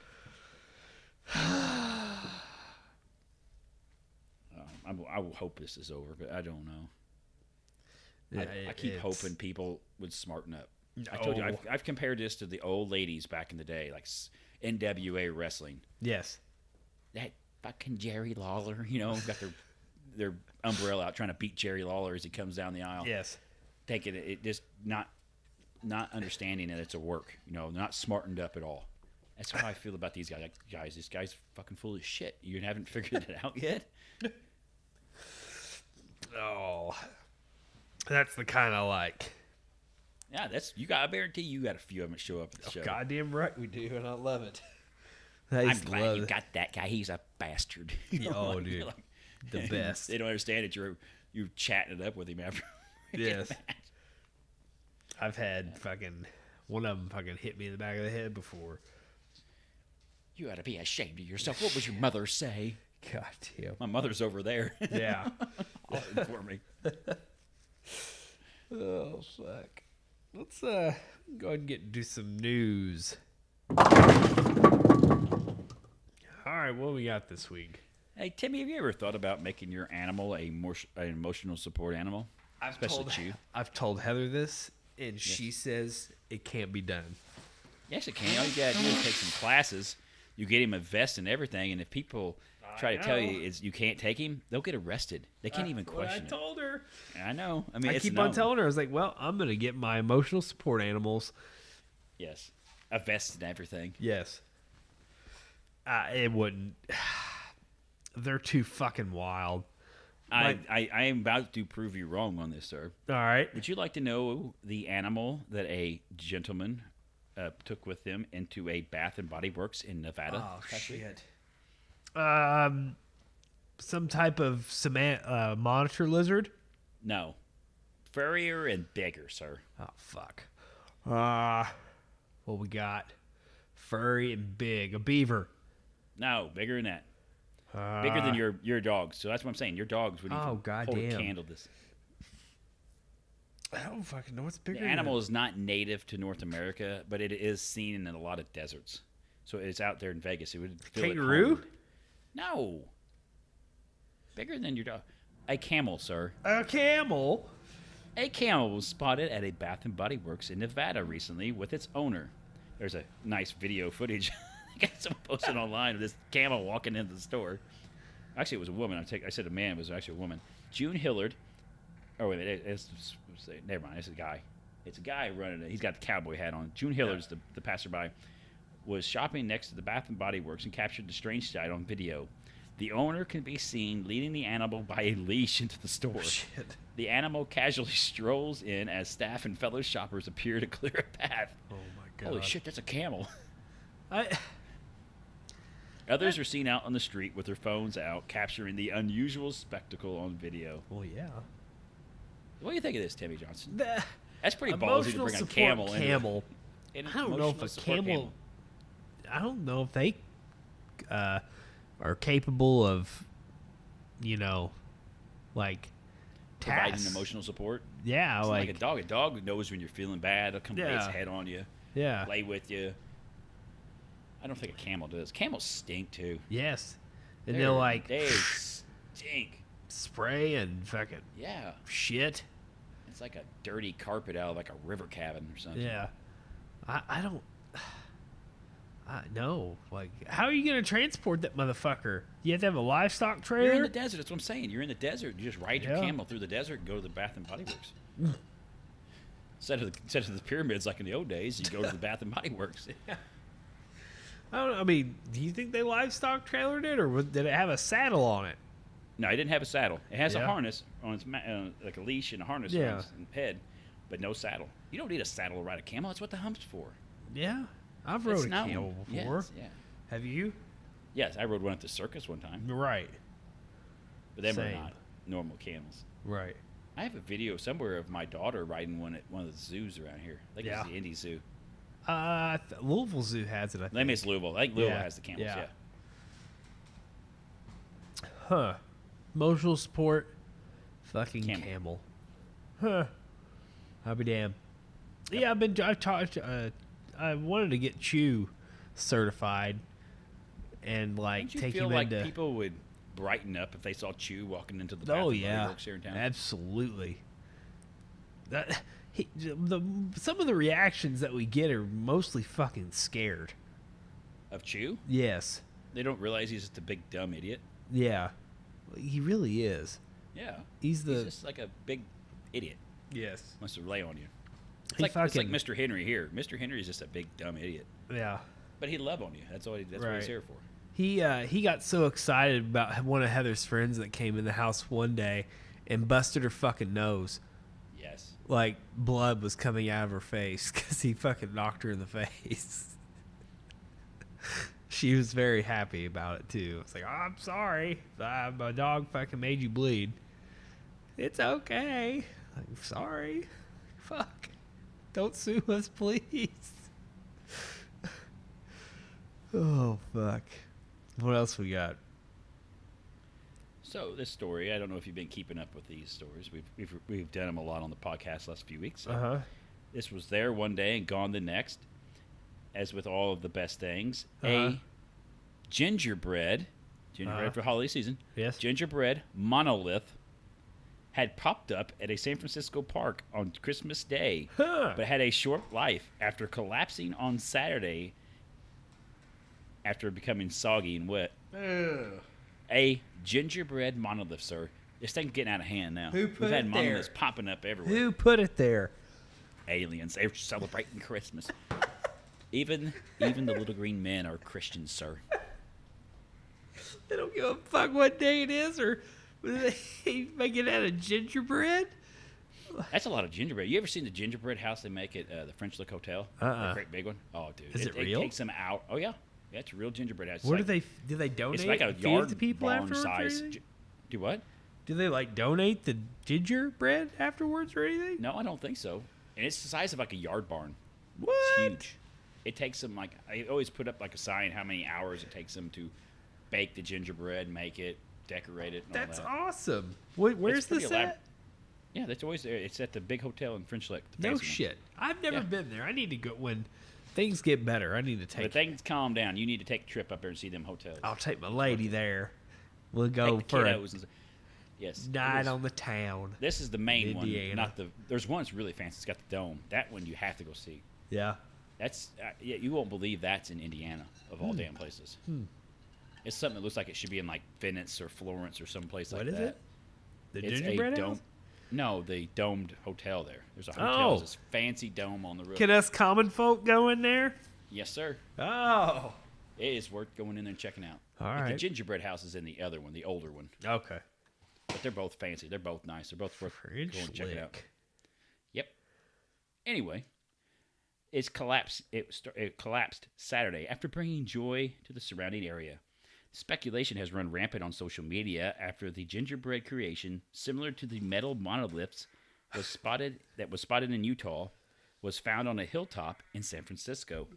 S2: Um, I will- I will hope this is over, but I don't know. I, I keep
S1: It's-
S2: hoping people would smarten up. I told you,
S1: No.
S2: I've, I've compared this to the old ladies back in the day, like s- NWA wrestling.
S1: Yes.
S2: That fucking Jerry Lawler, you know, got their [laughs] their umbrella out trying to beat Jerry Lawler as he comes down the aisle.
S1: Yes.
S2: Taking it, it just not not understanding that it's a work, you know, not smartened up at all. That's how I feel about these guys. Like, guys, this guy's fucking full of shit. You haven't [laughs] figured it out yet.
S1: Oh, that's the kind of like.
S2: Yeah, that's you got. I guarantee you got a few of them that show up at the show.
S1: Goddamn right we do, and I love [laughs] it.
S2: I'm glad you got that guy. He's a bastard. [laughs] You know,
S1: oh,
S2: like-
S1: dude.
S2: like,
S1: the
S2: [laughs]
S1: best.
S2: They don't understand that you're you chatting it up with him after. [laughs]
S1: Yes. I've had fucking one of them fucking hit me in the back of the head before.
S2: You ought to be ashamed of yourself. What would your mother say?
S1: God damn.
S2: My mother's over there. [laughs]
S1: Yeah.
S2: All in [laughs] for me.
S1: oh fuck. [laughs] Let's uh go ahead and get do some news. All right, what we got this week?
S2: Hey Timmy, have you ever thought about making your animal a more an emotional support animal? Especially chew.
S1: I've told Heather this, and she says it can't be done.
S2: Yes, it can. All you gotta do is take some classes. You get him a vest and everything, and if people try to tell you is you can't take him, they'll get arrested. They can't even question
S1: I told her.
S2: it. I know. I mean,
S1: I
S2: it's
S1: keep on
S2: known.
S1: telling her. I was like, "Well, I'm gonna get my emotional support animals."
S2: Yes, a vest and everything.
S1: Yes. Uh, it wouldn't. [sighs] They're too fucking wild.
S2: I,
S1: Like-
S2: I, I am about to prove you wrong on this, sir.
S1: All right.
S2: Would you like to know the animal that a gentleman uh, took with him into a Bath and Body Works in Nevada?
S1: Oh, Ah.
S2: factory?
S1: Um, some type of cement uh, monitor lizard.
S2: No, furrier and bigger, sir.
S1: Oh fuck. Uh what we got? Furry and big. A beaver.
S2: No, bigger than that. bigger than your your dogs. So that's what I'm saying. Your dogs would even
S1: Ah. Oh,
S2: hold a
S1: goddamn.
S2: candle to this.
S1: I don't fucking know what's
S2: The
S1: bigger.
S2: animal is not native to North America, but it is seen in a lot of deserts. So it's out there in Vegas. It would feel at
S1: Kangaroo?
S2: home. No. Bigger than your dog. A camel, sir.
S1: a camel.
S2: A camel was spotted at a Bath and Body Works in Nevada recently with its owner. There's a nice video footage. [laughs] I got someone posted online of this camel walking into the store. Actually, it was a woman. I, take, I said a man, it was actually a woman. June Hillard. Oh, wait a minute. It's, it's- never mind. It's a guy. It's a guy running it. He's got the cowboy hat on. June Hillard's the, the passerby. Was shopping next to the Bath and Body Works and captured the strange sight on video. The owner can be seen leading the animal by a leash into the store.
S1: Shit.
S2: The animal casually [laughs] strolls in as staff and fellow shoppers appear to clear a path.
S1: Oh my god.
S2: Holy shit, that's a camel. [laughs]
S1: I
S2: Others are seen out on the street with their phones out, capturing the unusual spectacle on video.
S1: Well yeah.
S2: What do you think of this, Timmy Johnson?
S1: The
S2: That's pretty ballsy to
S1: emotional
S2: bring a
S1: support
S2: camel in.
S1: camel.
S2: An
S1: I don't know
S2: emotional
S1: if a
S2: support
S1: camel, I don't know if they uh, are capable of, you know, like
S2: providing
S1: tasks.
S2: emotional support.
S1: Yeah,
S2: It's
S1: like,
S2: like, a dog. A dog knows when you're feeling bad. It'll come lay its
S1: Yeah.
S2: head on you,
S1: yeah,
S2: lay with you. I don't think a camel does. Camels stink too.
S1: yes, and
S2: They're-
S1: they'll like
S2: they stink.
S1: spray and fucking
S2: Yeah.
S1: shit.
S2: It's like a dirty carpet out of like a river cabin or something.
S1: Yeah, I I don't. [sighs] I know. Like, how are you gonna transport that motherfucker? You have to have a livestock
S2: You're in
S1: trailer.
S2: the desert. That's what I'm saying. You're in the desert. You just ride your
S1: Yeah.
S2: camel through the desert and go to the Bath and Body
S1: [laughs]
S2: Works. instead of the, instead of the pyramids like in the old days, you go to the Bath and Body
S1: [laughs]
S2: Works.
S1: I don't. I mean, do you think they livestock trailered it, or was- did it have a saddle on it?
S2: No, it didn't have a saddle. It has
S1: Yeah.
S2: a harness on its ma- uh, like a leash and a harness
S1: Yeah.
S2: on its head, but no saddle. You don't need a saddle to ride a camel. That's what the hump's for.
S1: Yeah, I've
S2: It's
S1: rode a
S2: known.
S1: camel before.
S2: Yes, yeah.
S1: Have you?
S2: Yes, I rode one at the circus one time,
S1: Right,
S2: but them were
S1: Same.
S2: not normal camels.
S1: right.
S2: I have a video somewhere of my daughter riding one at one of the zoos around here. I think
S1: Yeah.
S2: it's the Indy Zoo.
S1: Uh, th- Louisville Zoo has it. I
S2: Let
S1: think.
S2: me it's Louisville. I think Louisville
S1: Yeah,
S2: has the camels.
S1: yeah.
S2: Yeah.
S1: Huh. Emotional support. Fucking camel.
S2: Camel.
S1: Huh. I'll be damned. Yeah, I've been. I've talked. Uh, I wanted to get Chew certified, and like
S2: Don't you
S1: take
S2: feel
S1: him
S2: like
S1: into.
S2: people would brighten up if they saw Chew walking into the Bath
S1: oh
S2: and Body
S1: yeah,
S2: Works here in town?
S1: absolutely. That [laughs] he, the some of the reactions that we get are mostly fucking scared.
S2: of Chew?
S1: Yes.
S2: They don't realize he's just a big dumb idiot.
S1: Yeah. He really is.
S2: Yeah.
S1: He's the
S2: He's just like a big idiot.
S1: yes.
S2: Wants to lay on you. It's
S1: He
S2: like, it's like
S1: fucking-
S2: Mr. Henry here. Mr. Henry is just a big dumb idiot.
S1: Yeah.
S2: But he'd love on you. That's all. He, that's what
S1: Right.
S2: he's here for.
S1: He uh, he got so excited about one of Heather's friends that came in the house one day and busted her fucking nose.
S2: Yes.
S1: Like blood was coming out of her face [laughs] because he fucking knocked her in the [laughs] face. she was very happy about it too. It's like I'm sorry, uh, my dog fucking made you bleed. It's okay. Like sorry, fuck. Don't sue us, please. [laughs] oh fuck. What else we got?
S2: So this story, I don't know if you've been keeping up with these stories. We've we've, we've done them a lot on the podcast last few weeks. So
S1: Uh huh.
S2: This was there one day and gone the next. As with all of the best things,
S1: Uh-huh.
S2: a gingerbread, gingerbread
S1: Uh-huh.
S2: for holiday season.
S1: Yes.
S2: gingerbread monolith had popped up at a San Francisco park on
S1: [laughs]
S2: Christmas Day,
S1: Huh.
S2: but had a short life after collapsing on Saturday after becoming soggy and wet. A gingerbread monolith, sir. This thing's getting out of hand now.
S1: Who put
S2: We've had
S1: it there?
S2: monoliths popping up everywhere.
S1: Who put it there?
S2: Aliens, they're
S1: [laughs]
S2: celebrating Christmas. even even the little green men are Christians, sir.
S1: They don't give a fuck what day it is or whether they [laughs] make it out of gingerbread.
S2: That's a lot of gingerbread. You ever seen the gingerbread house they make at uh, the French Lick Hotel?
S1: Uh-uh.
S2: The great big one. Oh, dude.
S1: Is it real?
S2: takes them out. Oh, yeah. Yeah, it's a real gingerbread house. It's
S1: What
S2: like-
S1: do they do? They donate
S2: It's like a
S1: feed
S2: yard
S1: it to people
S2: barn
S1: afterwards. or
S2: size.
S1: anything?
S2: gi- Do what?
S1: do they like donate the gingerbread afterwards or anything?
S2: No, I don't think so. And it's the size of like a yard barn. It's
S1: What?
S2: huge. It takes them like I always put up like a sign how many hours it takes them to bake the gingerbread, make it, decorate it. And
S1: That's
S2: all that.
S1: awesome. What, where's
S2: pretty
S1: this
S2: elab-
S1: at?
S2: Yeah, that's always there. It's at the big hotel in French Lick.
S1: No
S2: the fancy one.
S1: shit. I've never
S2: Yeah.
S1: been there. I need to go when things get better. I need to
S2: But
S1: take.
S2: things calm down. You need to take a trip up there and see them hotels.
S1: I'll take my lady there. We'll go
S2: Take the
S1: for a
S2: kiddos and s- yes. it
S1: night
S2: is-
S1: on the town.
S2: This is the main
S1: Indiana.
S2: one, not the. There's one that's really fancy. It's got the dome. That one you have to go see.
S1: Yeah.
S2: That's uh, yeah, you won't believe that's in Indiana of
S1: Hmm.
S2: all damn places. It's something that looks like it should be in like Venice or Florence or someplace
S1: What
S2: like
S1: is
S2: that.
S1: it? The
S2: It's
S1: gingerbread
S2: a
S1: house.
S2: dome. No, the domed hotel there. There's a hotel.
S1: Oh.
S2: It's this fancy dome on the roof.
S1: Can us common folk go in there?
S2: yes, sir.
S1: Oh.
S2: It is worth going in there and checking out.
S1: All
S2: But
S1: right.
S2: The gingerbread house is in the other one, the older one.
S1: Okay.
S2: But they're both fancy. They're both nice. They're both worth
S1: French
S2: going and check it out.
S1: lick.
S2: Yep. Anyway, it's collapsed. It, st- it collapsed Saturday after bringing joy to the surrounding area. Speculation has run rampant on social media after the gingerbread creation, similar to the metal monoliths, was spotted that was spotted in Utah, was found on a hilltop in San Francisco.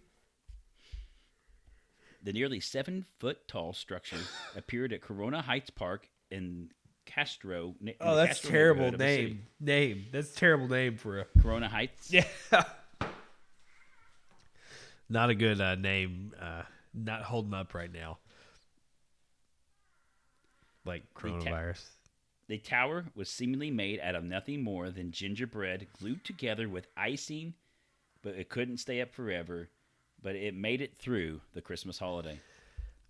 S2: The nearly seven foot
S1: [laughs]
S2: tall structure appeared at Corona Heights Park in Castro. in
S1: Oh,
S2: the
S1: that's
S2: Castro
S1: terrible
S2: neighborhood of the city.
S1: name. Name. That's terrible name for [laughs] a.
S2: Corona Heights.
S1: Yeah. Not a good uh, name. Uh, not holding up right now. Like coronavirus.
S2: The tower was seemingly made out of nothing more than gingerbread glued together with icing, but it couldn't stay up forever. But it made it through the Christmas holiday.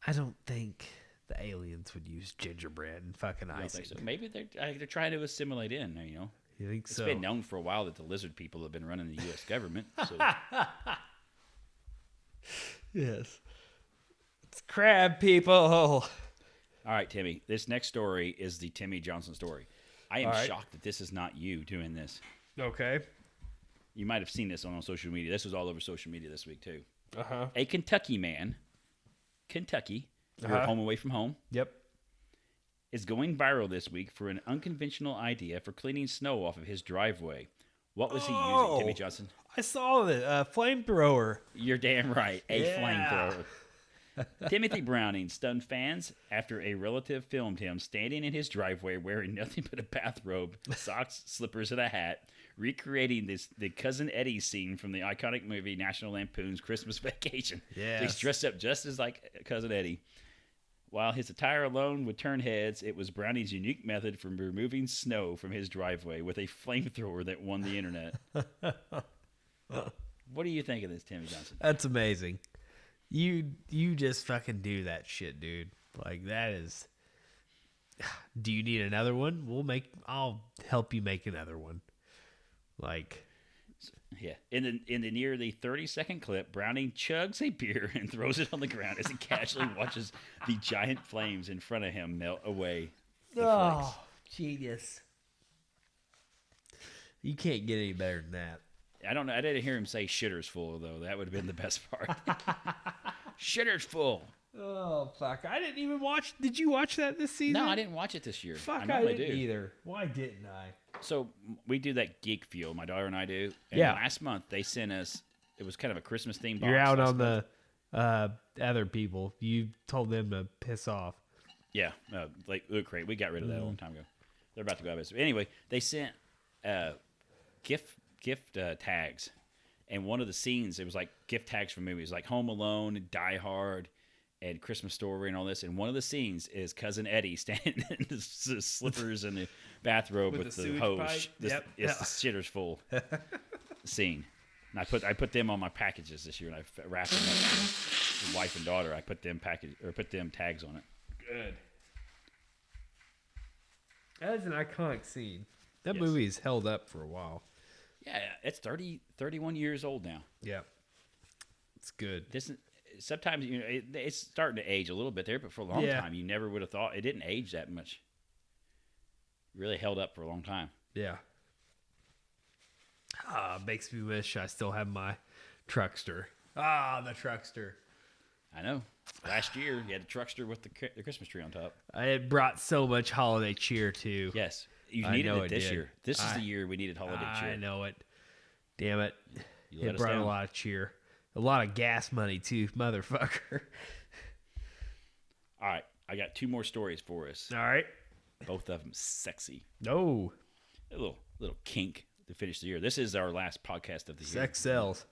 S1: I don't think the aliens would use gingerbread and fucking
S2: I don't
S1: icing.
S2: think so. Maybe they're I- they're trying to assimilate in. You know,
S1: You think
S2: it's
S1: so?
S2: been known for a while that the lizard people have been running
S1: [laughs]
S2: the U.S. government. So
S1: Yes. It's crab people.
S2: All right, Timmy. This next story is the Timmy Johnson story. I am
S1: All right.
S2: shocked that this is not you doing this.
S1: Okay.
S2: You might have seen this on, on social media. This was all over social media this week too.
S1: Uh huh.
S2: A Kentucky man, Kentucky, your
S1: Uh-huh.
S2: home away from home,
S1: Yep.
S2: is going viral this week for an unconventional idea for cleaning snow off of his driveway. What was he
S1: Oh.
S2: using, Timmy Johnson?
S1: I saw the uh, flamethrower.
S2: You're damn right, a
S1: Yeah.
S2: flamethrower. Timothy Browning stunned fans after a relative filmed him standing in his driveway wearing nothing but a bathrobe, socks, slippers, and a hat, recreating this the cousin Eddie scene from the iconic movie National Lampoon's Christmas Vacation.
S1: Yes.
S2: he's dressed up just as like cousin Eddie. While his attire alone would turn heads, it was Browning's unique method for removing snow from his driveway with a flamethrower that won the internet. what do you think of this, Tim Johnson?
S1: That's amazing. You you just fucking do that shit, dude. Like that is. [sighs] Do you need another one? We'll make. I'll help you make another one. Like
S2: Yeah. In the in the nearly 30 second clip, Browning chugs a beer and throws it on the ground as
S1: [laughs]
S2: he casually watches the giant flames in front of him melt away. the flames.
S1: Oh, genius. You can't get any better than that.
S2: I don't know. I didn't hear him say shitter's full though. That would have been the best
S1: [laughs]
S2: part. shitter's full.
S1: Oh fuck! I didn't even watch. Did you watch that this season?
S2: No, I didn't watch it this year.
S1: Fuck! I,
S2: normally
S1: didn't either. Why didn't I?
S2: So we do that geek fuel. My daughter and I do. And
S1: Yeah.
S2: Last month they sent us. It was kind of a Christmas theme. Box
S1: You're out
S2: last
S1: on
S2: month.
S1: the uh, other people. You told them to piss off.
S2: Yeah, uh, like Loot Crate. We got rid of that a
S1: Mm.
S2: long time ago. They're about to go out of business. Anyway, they sent uh, gift gift uh, tags, and one of the scenes it was like gift tags from movies like Home Alone, and Die Hard, and Christmas Story, and all this. And one of the scenes is cousin Eddie [laughs] standing in the, s- the slippers and the bathrobe
S1: With
S2: with,
S1: the
S2: the,
S1: sewage
S2: hose.
S1: pipe?
S2: This,
S1: Yep.
S2: It's
S1: Yeah.
S2: the
S1: [laughs]
S2: shitter's full scene. And I put I put them on my packages this year, and I wrapped them up. For wife and daughter, I put them package or put them tags on it.
S1: Good. That is an iconic scene. That
S2: Yes.
S1: movie is held up for a while.
S2: Yeah, it's 30, 31 years old now.
S1: Yeah. It's good.
S2: This is- sometimes you know it, it's starting to age a little bit there, but for a long
S1: Yeah.
S2: time you never would have thought it didn't age that much. Really held up for a long time.
S1: Yeah. Ah, makes me wish I still have my truckster. Ah, the truckster.
S2: I know. Last year you had a truckster with the, cri- the Christmas tree on top.
S1: It brought so much holiday cheer too.
S2: Yes, you
S1: I
S2: needed
S1: know
S2: it
S1: it
S2: this
S1: did.
S2: year. This is
S1: I-
S2: the year we needed holiday
S1: I
S2: cheer.
S1: know it. Damn it.
S2: You let
S1: it
S2: us
S1: brought a
S2: down.
S1: lot of cheer. A lot of gas money too, motherfucker.
S2: All right, I got two more stories for us.
S1: All right.
S2: Both of them sexy.
S1: No.
S2: A little little kink to finish the year. This is our last podcast of the year.
S1: Sex sells.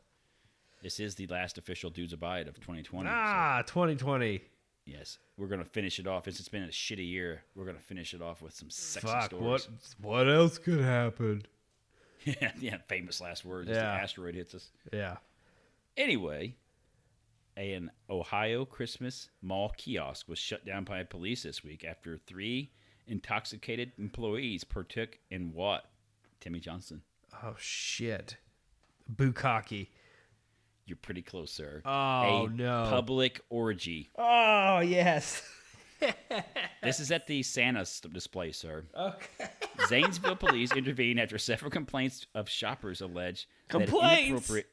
S2: This is the last official dudes abide of 2020. so-
S1: Ah, 2020.
S2: Yes, we're gonna finish it off. Since it's been a shitty year, we're gonna finish it off with some sexy
S1: Fuck.
S2: stories.
S1: What what else could happen?
S2: [laughs] yeah, yeah, famous last words. Yeah.
S1: Yeah.
S2: The asteroid hits us.
S1: Yeah.
S2: Anyway, an Ohio Christmas mall kiosk was shut down by police this week after three intoxicated employees partook in what? Timmy Johnson,
S1: Oh shit. Bukaki.
S2: you're pretty close, sir.
S1: Oh,
S2: a
S1: no.
S2: Public orgy.
S1: Oh yes.
S2: This is at the Santa s- display, sir.
S1: Okay. [laughs]
S2: Zanesville police intervened after several complaints of shoppers alleged that
S1: Complaints?
S2: inappropriate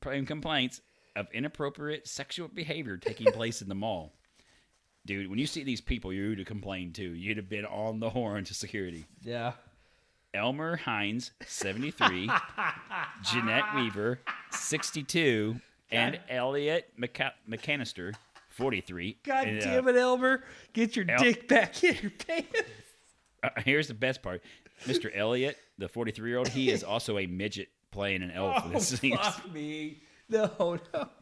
S2: pr- complaints of inappropriate sexual behavior taking place in the mall. Dude, when you see these people, you'd have complained too. You'd have been on the horn to security.
S1: Yeah.
S2: Elmer Hines,
S1: [laughs]
S2: 73, Jeanette Weaver, 62, and Elliot McCa- McCanister, 43.
S1: God
S2: And, uh,
S1: damn it, Elmer. Get your
S2: El-
S1: dick back in your
S2: [laughs]
S1: pants.
S2: Uh, [laughs] here's the best part Mr. Elliot, the 43 year old, he is also a midget playing an elf. in this scene.
S1: Oh, Fuck me. No, no.
S2: [laughs]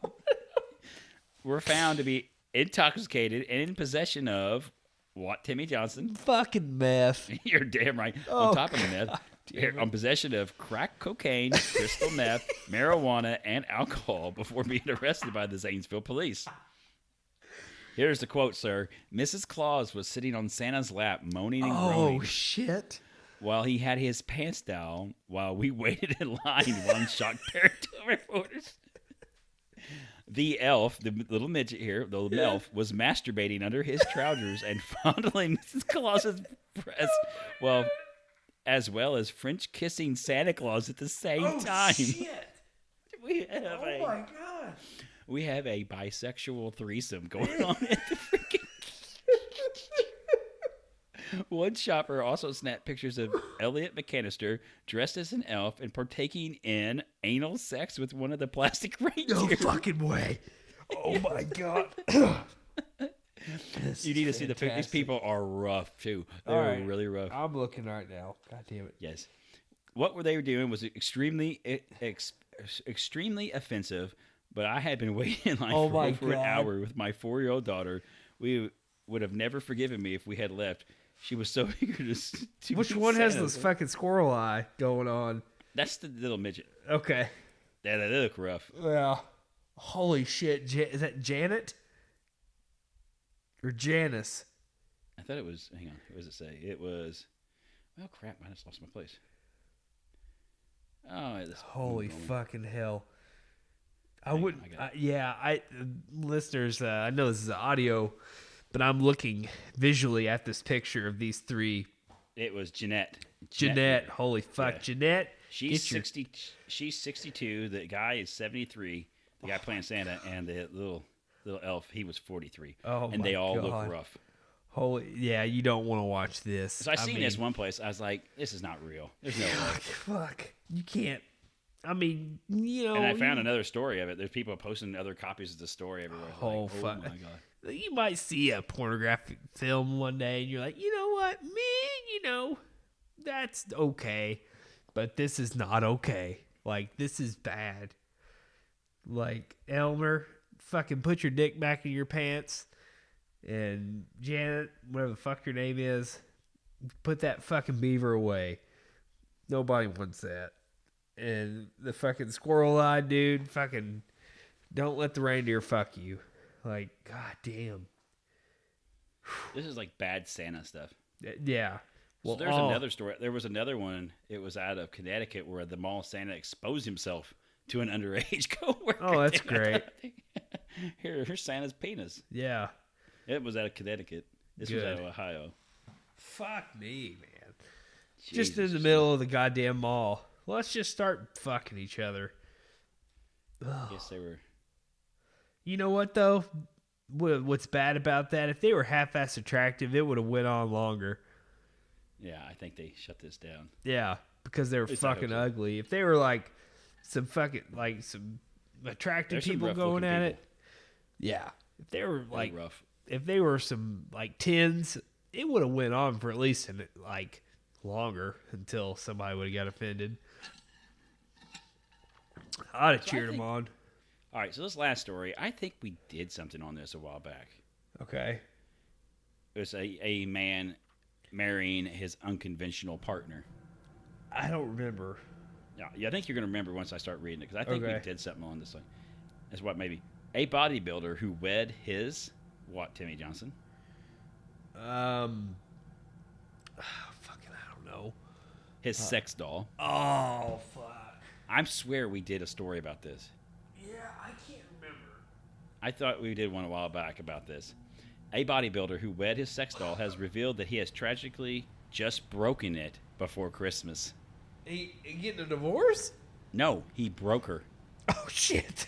S2: Were found to be intoxicated and in possession of what, Timmy Johnson? [laughs]
S1: Fucking meth.
S2: You're damn right.
S1: Oh,
S2: on top of the meth, [laughs] here, on possession of crack cocaine, crystal
S1: [laughs]
S2: meth, marijuana, and alcohol before being arrested by the Zanesville police. Here's the quote, sir. Mrs. Claus was sitting on Santa's lap, moaning and groaning.
S1: Oh shit.
S2: while he had his pants down while we [laughs] waited in line, one shocked [laughs] parent told reporters. The elf, the little midget here, the little elf, was masturbating under his trousers and [laughs] fondling Mrs. Claus's breast, well, as well as French kissing Santa Claus at the same time.
S1: Oh, shit.
S2: [laughs]
S1: Oh
S2: We have a [laughs]
S1: god.
S2: we have a bisexual threesome going on at the freaking. [laughs] One shopper also snapped pictures of Elliot McCanister dressed as an elf and partaking in anal sex with one of the plastic [laughs]
S1: No
S2: reindeer.
S1: fucking way.
S2: [laughs]
S1: Oh my god.
S2: you need to see the pic. These people are rough too. They're
S1: Alright.
S2: really rough.
S1: I'm looking right now. God damn it.
S2: Yes. What were they doing was extremely e, ex, extremely offensive, but I had been [laughs] waiting in line
S1: Oh
S2: for
S1: my
S2: over an
S1: God.
S2: hour with my four year old daughter. We would have never forgiven me if we had left. She was so [laughs] eager to. s- to
S1: Which
S2: meet
S1: one has
S2: Santa.
S1: this fucking squirrel eye going on?
S2: That's the little midget.
S1: Okay.
S2: Yeah, they look rough.
S1: Yeah. Holy shit. Ja- is that Janet? Or Janice?
S2: I thought it was. Hang on. What does it say? It was. Oh crap! I just lost my place. Oh, this
S1: Holy
S2: movie-
S1: fucking hell! I
S2: on,
S1: wouldn't.
S2: I got
S1: I yeah, I listeners. Uh, I know this is audio, but I'm looking visually at this picture of these three.
S2: It was Jeanette.
S1: Jeanette, holy fuck,
S2: Yeah.
S1: Jeanette.
S2: She's
S1: get your-
S2: sixty. She's sixty-two. The guy is seventy-three. The guy
S1: [sighs]
S2: playing Santa and the little little elf. He was forty-three.
S1: Oh,
S2: and they
S1: my
S2: all
S1: God.
S2: look rough.
S1: Holy yeah, you don't want to watch this.
S2: So I seen this
S1: mean,
S2: one place. I was like, this is not real. There's no way.
S1: [laughs] Fuck, you can't. I mean, you know.
S2: And I found
S1: you-
S2: another story of it. There's people posting other copies of the story everywhere. It's
S1: Oh,
S2: like,
S1: fuck.
S2: my god!
S1: you might see a pornographic film one day and you're like, you know what, man, you know, that's okay, but this is not okay. Like, this is bad. Like, Elmer, fucking put your dick back in your pants. And Janet, whatever the fuck your name is, put that fucking beaver away. Nobody wants that. And the fucking squirrel eyed dude, fucking don't let the reindeer fuck you. Like, god damn.
S2: This is like bad Santa stuff.
S1: Y- Uh, Yeah.
S2: so there's
S1: oh,
S2: another story. There was another one. It was out of Connecticut where the mall Santa exposed himself to an underage [laughs]
S1: [laughs]
S2: coworker.
S1: Oh, that's
S2: dude. [laughs] Here, here's Santa's penis.
S1: Yeah.
S2: It was out of Connecticut. This was out
S1: Good.
S2: of Ohio.
S1: Fuck me, man. just in
S2: Jesus.
S1: the middle of the goddamn mall. Let's just start fucking each other.
S2: I guess they were.
S1: You know what though? Wha- What's bad about that? If they were half-ass attractive, it would have went on longer.
S2: Yeah, I think they shut this down.
S1: Yeah, because they were
S2: least I hope
S1: fucking
S2: so.
S1: ugly. If they were like some fucking like some attractive
S2: There's some
S1: people
S2: rough-looking
S1: going at it,
S2: people.
S1: yeah. If they were
S2: Like
S1: like
S2: rough.
S1: if they were some like tens, it would have went on for at least an, like longer until somebody would have got offended. I'd have cheered
S2: think-
S1: them on.
S2: All right, so this last story, I think we did something on this a while back.
S1: Okay.
S2: It was a, a man marrying his unconventional partner.
S1: I don't remember.
S2: Yeah, yeah, I think you're going to remember once I start reading it because I think we
S1: Okay.
S2: did something on this one. That's what maybe a bodybuilder who wed his what Timmy Johnson
S1: Um. [sighs] Fucking, I don't know.
S2: his sex doll.
S1: Oh fuck.
S2: I swear we did a story about this.
S1: Yeah, I can't remember.
S2: I thought we did one a while back about this. A bodybuilder who wed his sex doll has revealed that he has tragically just broken it before Christmas.
S1: He, he getting a divorce? [laughs]
S2: No, he broke her.
S1: Oh shit.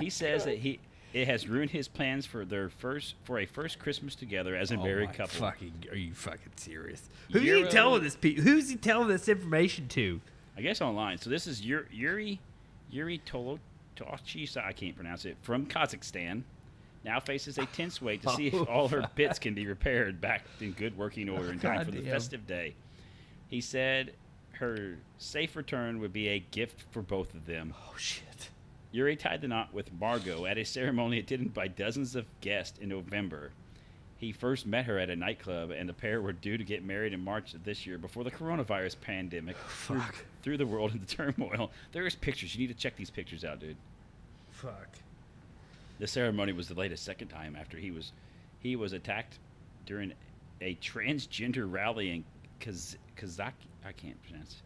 S2: He says that he it has ruined his plans for their first for a first Christmas together as a married couple.
S1: Oh, Fucking, are you fucking serious? Who's he
S2: Euro-
S1: telling this? Pe- who's he telling this information to?
S2: I guess online. So this is Yuri Yuri, Yuri Tolotochi. I can't pronounce it. From Kazakhstan, now faces a tense wait to see
S1: [laughs] Oh,
S2: if all her bits can be repaired back in
S1: [laughs]
S2: good working order in time for the
S1: Goddamn.
S2: festive day. He said her safe return would be a gift for both of them.
S1: Oh shit.
S2: Yuri tied the knot with Margot at a ceremony attended by dozens of guests in November. He first met her at a nightclub, and the pair were due to get married in March of this year before the coronavirus pandemic threw,
S1: Fuck.
S2: threw the world into [laughs] turmoil. There's pictures. You need to check these pictures out, dude.
S1: Fuck.
S2: The ceremony was delayed a second time after he was he was attacked during a transgender rally in Kaz- Kazakh. I can't pronounce.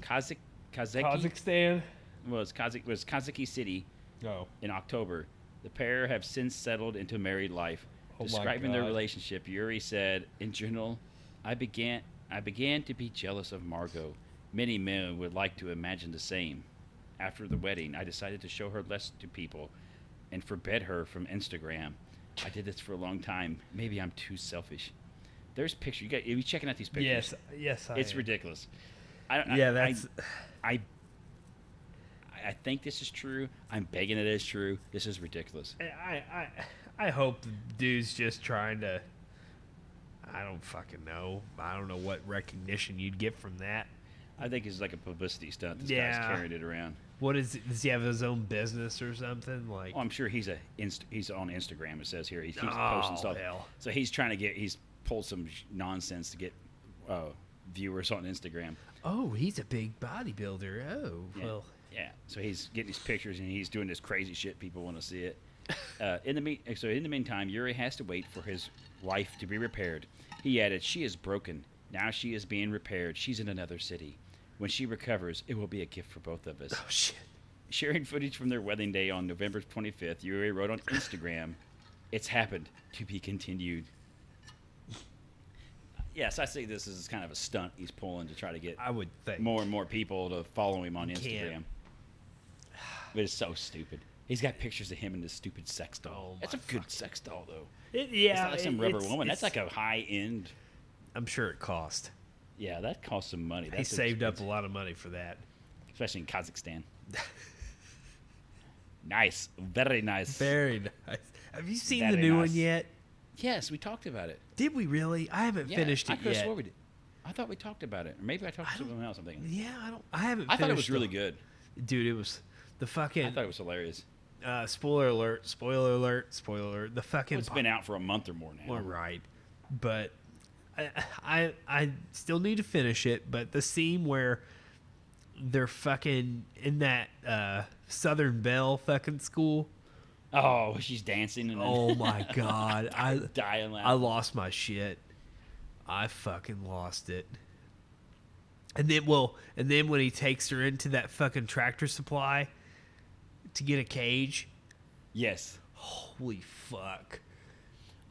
S2: Kazakh. Kazakh.
S1: Kazakhstan.
S2: Was Kazakh was Kazaki City
S1: No.
S2: in October. The pair have since settled into married life.
S1: Oh my
S2: Describing their
S1: God.
S2: relationship, Yuri said, "In general, I began I began to be jealous of Margot. Many men would like to imagine the same. After the wedding, I decided to show her less to people and forbid her from Instagram. I did this for a long time. Maybe I'm too selfish. There's pictures. You got you checking out these pictures?
S1: Yes. Yes. I
S2: It's
S1: am.
S2: ridiculous. I don't,
S1: Yeah,
S2: I-
S1: that's.
S2: I, I I think this is true. I'm begging it is true. This is ridiculous.
S1: I, I. I hope the dude's just trying to. I don't fucking know. I don't know what recognition you'd get from that.
S2: I think it's like a publicity stunt. This guy's
S1: Yeah.
S2: carrying it around.
S1: What is? it- Does he have his own business or something? Like,
S2: Oh, I'm sure he's a inst- he's on Instagram. It says here he's, he's
S1: Oh,
S2: posting stuff.
S1: hell.
S2: So he's trying to get he's pulled some sh- nonsense to get uh, viewers on Instagram.
S1: oh, he's a big bodybuilder. Oh,
S2: Yeah.
S1: well.
S2: yeah. So he's getting these pictures and he's doing this crazy shit. People want to see it. Uh, in the mean, so in the meantime, Yuri has to wait for his wife to be repaired. He added, "She is broken. Now she is being repaired. She's in another city. When she recovers, it will be a gift for both of us.
S1: Oh shit.
S2: Sharing footage from their wedding day on November 25th, Yuri wrote on Instagram, It's happened. To be continued. Yes, I see this as kind of a stunt he's pulling to try to get
S1: I would think.
S2: more and more people to follow him on Instagram.
S1: Can't.
S2: But it's so stupid. He's got pictures of him in this stupid sex doll.
S1: Oh
S2: That's a
S1: my
S2: good sex doll, though.
S1: It- yeah,
S2: it's not like some
S1: it-
S2: rubber
S1: it's-
S2: woman. That's
S1: it's-
S2: like a high end.
S1: I'm sure it cost.
S2: Yeah, that costs some
S1: He
S2: money. That's
S1: saved up a
S2: expensive,
S1: lot of money for that.
S2: especially in Kazakhstan. [laughs] nice, very nice.
S1: Very nice. Have you seen the
S2: Very
S1: new
S2: nice.
S1: one yet?
S2: yes, we talked about it.
S1: Did we really? I haven't
S2: Yeah,
S1: finished
S2: I
S1: it
S2: could've
S1: yet.
S2: swore we did. I thought we talked about it, or maybe I talked to someone else. I'm thinking.
S1: Yeah, I don't. I haven't.
S2: I thought it was
S1: finished
S2: really
S1: the-
S2: good.
S1: dude. It was the fucking.
S2: I thought it was hilarious.
S1: uh, spoiler alert! Spoiler alert! Spoiler alert! The fucking.
S2: It's been out for a month or more now.
S1: All right, but I, I I still need to finish it. But the scene where they're fucking in that uh, Southern Belle fucking school.
S2: Oh, she's dancing and then
S1: Oh my god! I
S2: [laughs] dying
S1: I
S2: laughing.
S1: lost my shit. I fucking lost it. And then well, and then when he takes her into that fucking tractor supply to get a cage,
S2: yes.
S1: holy fuck.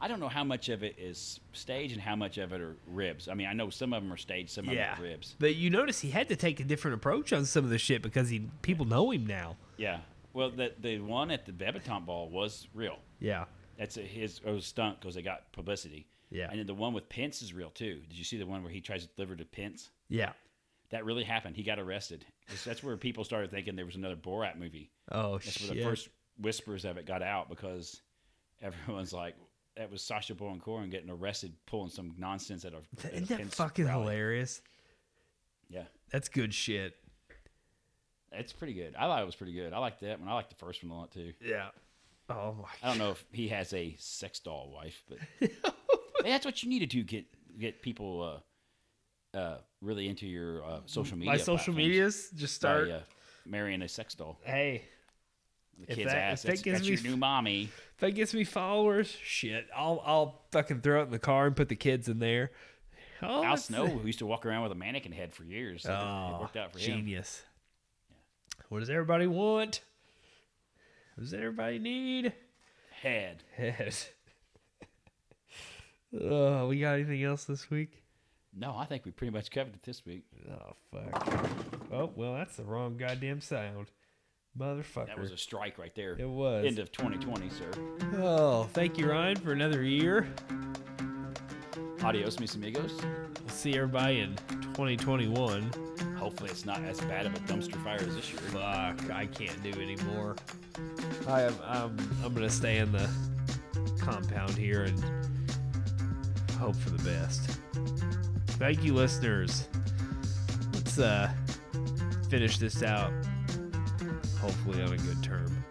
S2: I don't know how much of it is stage and how much of it are ribs. I mean, I know some of them are stage, some
S1: Yeah.
S2: of them are ribs.
S1: But you notice he had to take a different approach on some of the shit because he people know him now.
S2: Yeah. Well, the the one at the debutante ball was real.
S1: Yeah.
S2: That's a, his it was stunt because they got publicity.
S1: Yeah.
S2: And then the one with Pence is real too. Did you see the one where he tries to deliver to Pence?
S1: Yeah.
S2: That really happened. He got arrested. 'Cause That's where people started thinking there was another Borat movie.
S1: Oh
S2: That's
S1: shit.
S2: where the first whispers of it got out because everyone's like, that was Sasha Baron Cohen getting arrested pulling some nonsense at a. at a
S1: Isn't that
S2: Pence
S1: fucking
S2: rally.
S1: hilarious?
S2: Yeah.
S1: That's good shit.
S2: It's pretty good. I thought it was pretty good. I liked that one. I liked the first one a lot too.
S1: Yeah. Oh my
S2: I don't know if he has a sex doll wife,
S1: [laughs]
S2: but Hey, that's what you need to do get get people uh, uh, really into your uh, social media.
S1: My social
S2: platforms
S1: medias just
S2: by,
S1: start
S2: uh, marrying a sex doll.
S1: Hey,
S2: The
S1: If
S2: kid's
S1: that-
S2: ass.
S1: if that
S2: That's,
S1: gives
S2: that's
S1: me
S2: your
S1: f-
S2: new mommy.
S1: If that gets me followers, shit, I'll I'll fucking throw it in the car and put the kids in there. Oh,
S2: Al
S1: that's-
S2: Snow, who used to walk around with a mannequin head for years, so it- it
S1: Oh,
S2: worked out for him.
S1: genius. What does everybody want? What does everybody need?
S2: Head.
S1: Yes. [laughs] oh, we got anything else this week?
S2: No, I think we pretty much covered it this week.
S1: Oh fuck. Oh well, that's the wrong goddamn sound, motherfucker.
S2: That was a strike right there.
S1: it was.
S2: End of 2020, sir.
S1: oh, thank you, Ryan, for another year.
S2: Adios, mis amigos.
S1: We'll see everybody in 2021.
S2: Hopefully, it's not as bad of a dumpster fire as this year.
S1: Fuck, I can't do anymore. I am I'm, I'm gonna stay in the compound here and hope for the best. Thank you listeners. Let's uh finish this out hopefully on a good term.